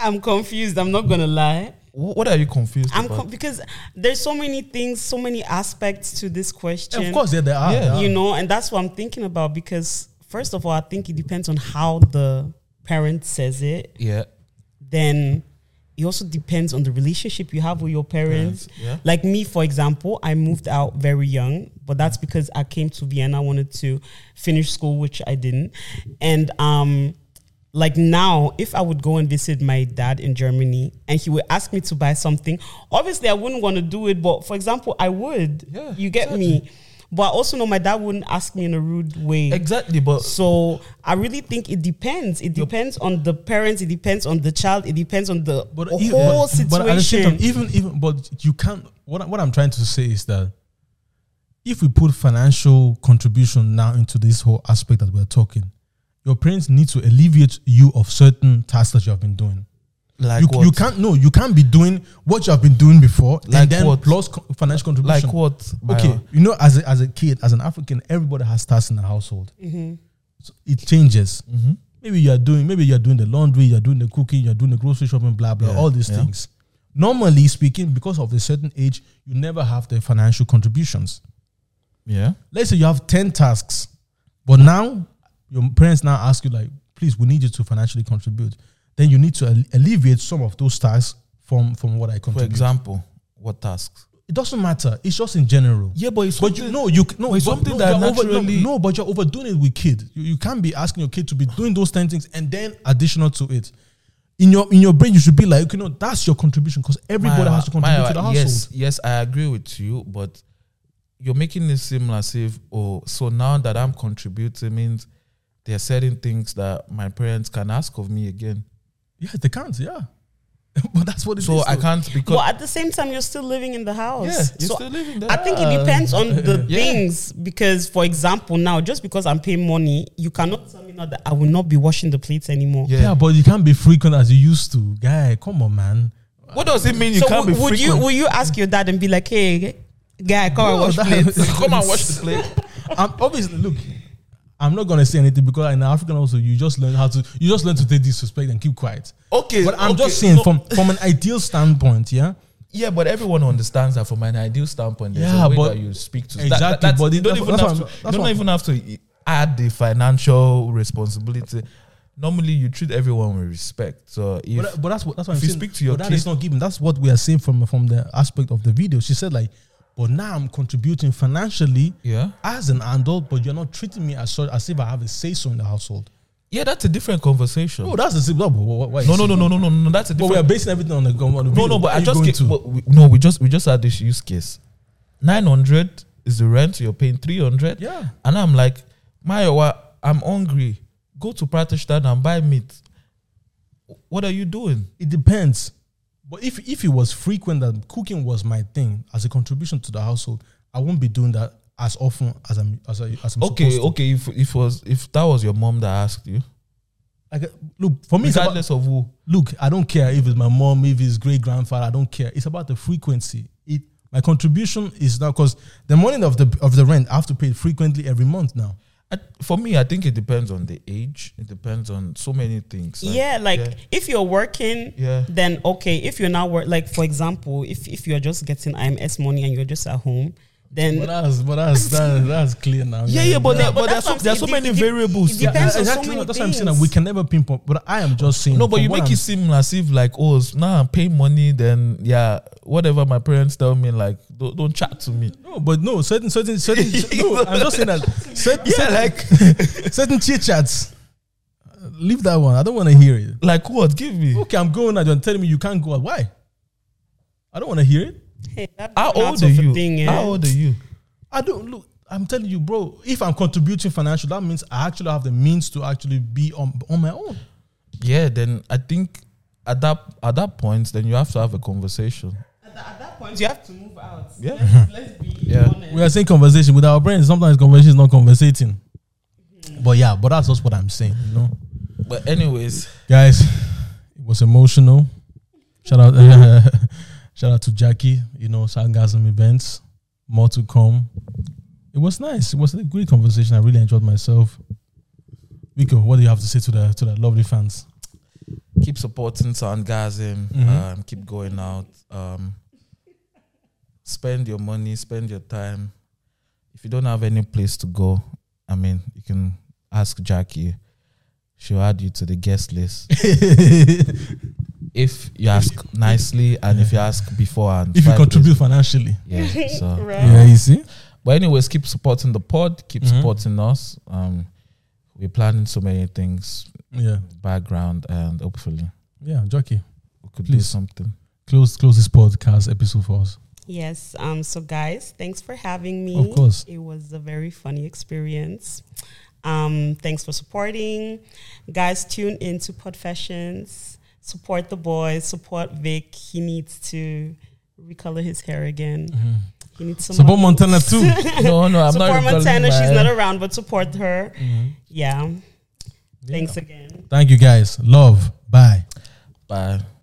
S2: I'm confused. I'm not gonna lie.
S3: Wh- What are you confused
S2: I'm
S3: about?
S2: com- because there's so many things, so many aspects to this question.
S1: of course, yeah, there are.
S3: Yeah.
S1: there are.
S2: you know, and that's what I'm thinking about. Because first of all, I think it depends on how the parent says it.
S3: yeah,
S2: then it also depends on the relationship you have with your parents.
S3: Parents, yeah.
S2: Like me, for example, I moved out very young, but that's because I came to Vienna, wanted to finish school, which I didn't. And um, like now, if I would go and visit my dad in Germany and he would ask me to buy something, obviously I wouldn't want to do it, but for example, I would.
S3: Yeah,
S2: you get me? But I also know my dad wouldn't ask me in a rude way.
S3: exactly. But
S2: So I really think it depends. It depends on the parents. It depends on the child. It depends on the
S1: but
S2: whole
S1: if-
S2: situation.
S1: But at the same time, even even but you can't. What I- what I'm trying to say is that if we put financial contribution now into this whole aspect that we're talking, your parents need to alleviate you of certain tasks that you have been doing.
S3: like
S1: you,
S3: what?
S1: you can't no, you can't be doing what you have been doing before,
S3: Like
S1: and then
S3: what?
S1: plus co- financial
S3: like
S1: contribution.
S3: what?
S1: Okay,
S3: Maya?
S1: you know, as a, as a kid, as an African, everybody has tasks in the household. So it changes.
S3: Mm-hmm.
S1: Maybe you are doing, maybe you are doing the laundry, you are doing the cooking, you are doing the grocery shopping, blah blah, all these
S3: yeah.
S1: things. Normally speaking, because of a certain age, you never have the financial contributions.
S3: Yeah.
S1: Let's say you have ten tasks, but now your parents now ask you like, please, we need you to financially contribute. Then you need to al- alleviate some of those tasks from from what I
S3: For
S1: contribute.
S3: example, what tasks?
S1: It doesn't matter. It's just in general.
S3: Yeah, but it's
S1: But you no, you c- no,
S3: it's
S1: but
S3: something
S1: no,
S3: that
S1: you're over- no,
S3: naturally-
S1: no, but you're overdoing it with kid. You, you can't be asking your kid to be doing those ten things and then additional to it. In your in your brain, you should be like, okay, no, that's your contribution because everybody
S3: Maya,
S1: has to contribute
S3: Maya,
S1: to the household.
S3: Yes, yes, I agree with you, but you're making it seem as if oh, so now that I'm contributing means there are certain things that my parents can ask of me again.
S1: Yeah, they can't. Yeah, but that's what it is.
S3: So I
S1: though.
S3: can't because
S2: but at the same time, you're still living in the house.
S3: yeah, you're
S2: So
S3: still living there.
S2: I think it depends on the
S3: Yeah.
S2: things because, for example, now just because I'm paying money, you cannot tell me now that I will not be washing the plates anymore.
S1: Yeah. but you can't be frequent as you used to, guy. Come on, man.
S3: What does it mean? You
S2: so
S3: can't
S2: would-
S3: be
S2: would you
S3: frequent?
S2: would you ask your dad and be like, hey, guy, come and
S1: No,
S2: wash
S1: that-
S2: plates?
S3: come and watch the play.
S1: I'm obviously look. I'm not gonna say anything because in African also you just learn how to you just learn to take disrespect and keep quiet.
S3: Okay,
S1: But I'm
S3: okay,
S1: just saying
S3: no.
S1: from from an ideal standpoint, yeah.
S3: Yeah, but everyone understands that from an ideal standpoint. There's
S1: Yeah,
S3: a way
S1: but-
S3: that you speak to
S1: Exactly,
S3: That, that, that's-
S1: but
S3: you don't
S1: that's-
S3: even
S1: that's
S3: have
S1: what
S3: to.
S1: I'm-
S3: You
S1: that's what
S3: don't even have to add the financial responsibility. Normally, you treat everyone with respect. So if
S1: But, but that's what that's what
S3: if
S1: I'm
S3: you
S1: saying.
S3: speak to your
S1: but that
S3: kid-
S1: is not given. That's what we are saying from from the aspect of the video. She said like, but now I'm contributing financially
S3: yeah,
S1: as an adult, but you're not treating me as such as if I have a say so in the household.
S3: yeah, that's a different conversation.
S1: No, that's the same. No, but what- what-
S3: no, no, no, no, no, no, no. That's a
S1: But we are
S3: different.
S1: basing everything on the on the
S3: no,
S1: video.
S3: no.
S1: What
S3: But
S1: are
S3: I
S1: you
S3: just
S1: going
S3: get, but we, no. We just we just had this use case. Nine hundred is the rent you're paying. Three hundred.
S1: Yeah.
S3: And I'm like, Mayowa, I'm hungry. Go to Pratishthan and buy meat. What are you doing?
S1: It depends. But if if it was frequent that cooking was my thing as a contribution to the household, I won't be doing that as often as I'm as I as I'm
S3: okay
S1: supposed to.
S3: okay if if was if that was your mom that asked you
S1: Like, uh, look for me, it's about,
S3: regardless of who
S1: look. I don't care if it's my mom, if it's great grandfather. I don't care. It's about the frequency. It my contribution is now because the money of the of the rent I have to pay it frequently every month now.
S3: I, for me i think it depends on the age it depends on so many things like-
S2: yeah like
S3: yeah.
S2: if you're working
S3: Yeah.
S2: then okay if you're not work like for example if if you're just getting ims money and you're just at home then
S1: But that's but that's that's, that's clear now.
S3: yeah yeah but,
S2: No,
S3: there,
S2: but
S3: but there's
S2: that's
S3: so,
S2: what I'm
S3: there are
S2: saying. It de-
S3: so many
S2: it
S3: variables
S2: depends. on so
S1: exactly.
S2: many
S1: that's what I'm saying.
S2: things.
S1: That we can never pinpoint. But I am just saying.
S3: no but
S1: from
S3: you
S1: what
S3: make
S1: I'm
S3: it seem as if like oh s- now i'm paying money then yeah whatever my parents tell me like don't, don't chat to me
S1: No, but no, certain, certain, certain. no, I'm just saying that. Certain,
S3: yeah
S1: certain,
S3: like
S1: certain chit chats. uh, Leave that one. I don't want to hear it.
S3: like what give me
S1: Okay, I'm going out. You're telling me you can't go out. Why? I don't want to hear it.
S2: hey, that
S3: how
S2: burnout
S3: old are
S2: of a
S3: you
S2: thing, yeah.
S3: how old are you
S1: I don't look. I'm telling you, bro. If I'm contributing financially, that means I actually have the means to actually be on on my own.
S3: yeah then i think at that at that point, then you have to have a conversation.
S2: At, that- at that point, you have to move out.
S3: Yeah.
S2: Let's, let's be
S3: Yeah.
S2: honest.
S1: We are saying conversation with our brains. Sometimes conversation is not conversating. But yeah, but that's just what I'm saying, you know.
S3: But anyways,
S1: Guys, it was emotional. Shout out shout out to Jackie, you know, sargasm events. More to come. It was nice. It was a great conversation. I really enjoyed myself. Vico, what do you have to say to the to the lovely fans?
S3: keep supporting Soundgasm.
S1: Mm-hmm.
S3: Um, keep going out. Um, spend your money, spend your time. If you don't have any place to go, I mean, you can ask Jackie. She'll add you to the guest list
S1: if
S3: if you ask nicely and if you ask beforehand.
S1: you
S3: five
S1: contribute
S3: days.
S1: financially.
S3: yeah. So.
S2: Right.
S1: Yeah, you see?
S3: But anyways, keep supporting the pod. Keep
S1: Mhm.
S3: supporting us. Um, we're planning so many things
S1: Yeah.
S3: background, and hopefully
S1: Yeah, Jackie.
S3: we could do
S1: Please.
S3: something.
S1: Close close this podcast episode for us.
S2: Yes. Um. So, guys, thanks for having me.
S1: Of course.
S2: it was a very funny experience. Um, thanks for supporting, guys. Tune into Podfessions. Support the boys. Support Vic. He needs to recolor his hair again. He needs some.
S1: Mm-hmm. Support
S2: money.
S1: Montana too.
S3: No, no, I'm not.
S2: support
S3: recalling
S2: Montana.
S3: my-
S2: She's not around, but support her.
S1: Mm-hmm.
S2: Yeah. Thanks again.
S1: Thank you guys. Love. Bye.
S3: Bye.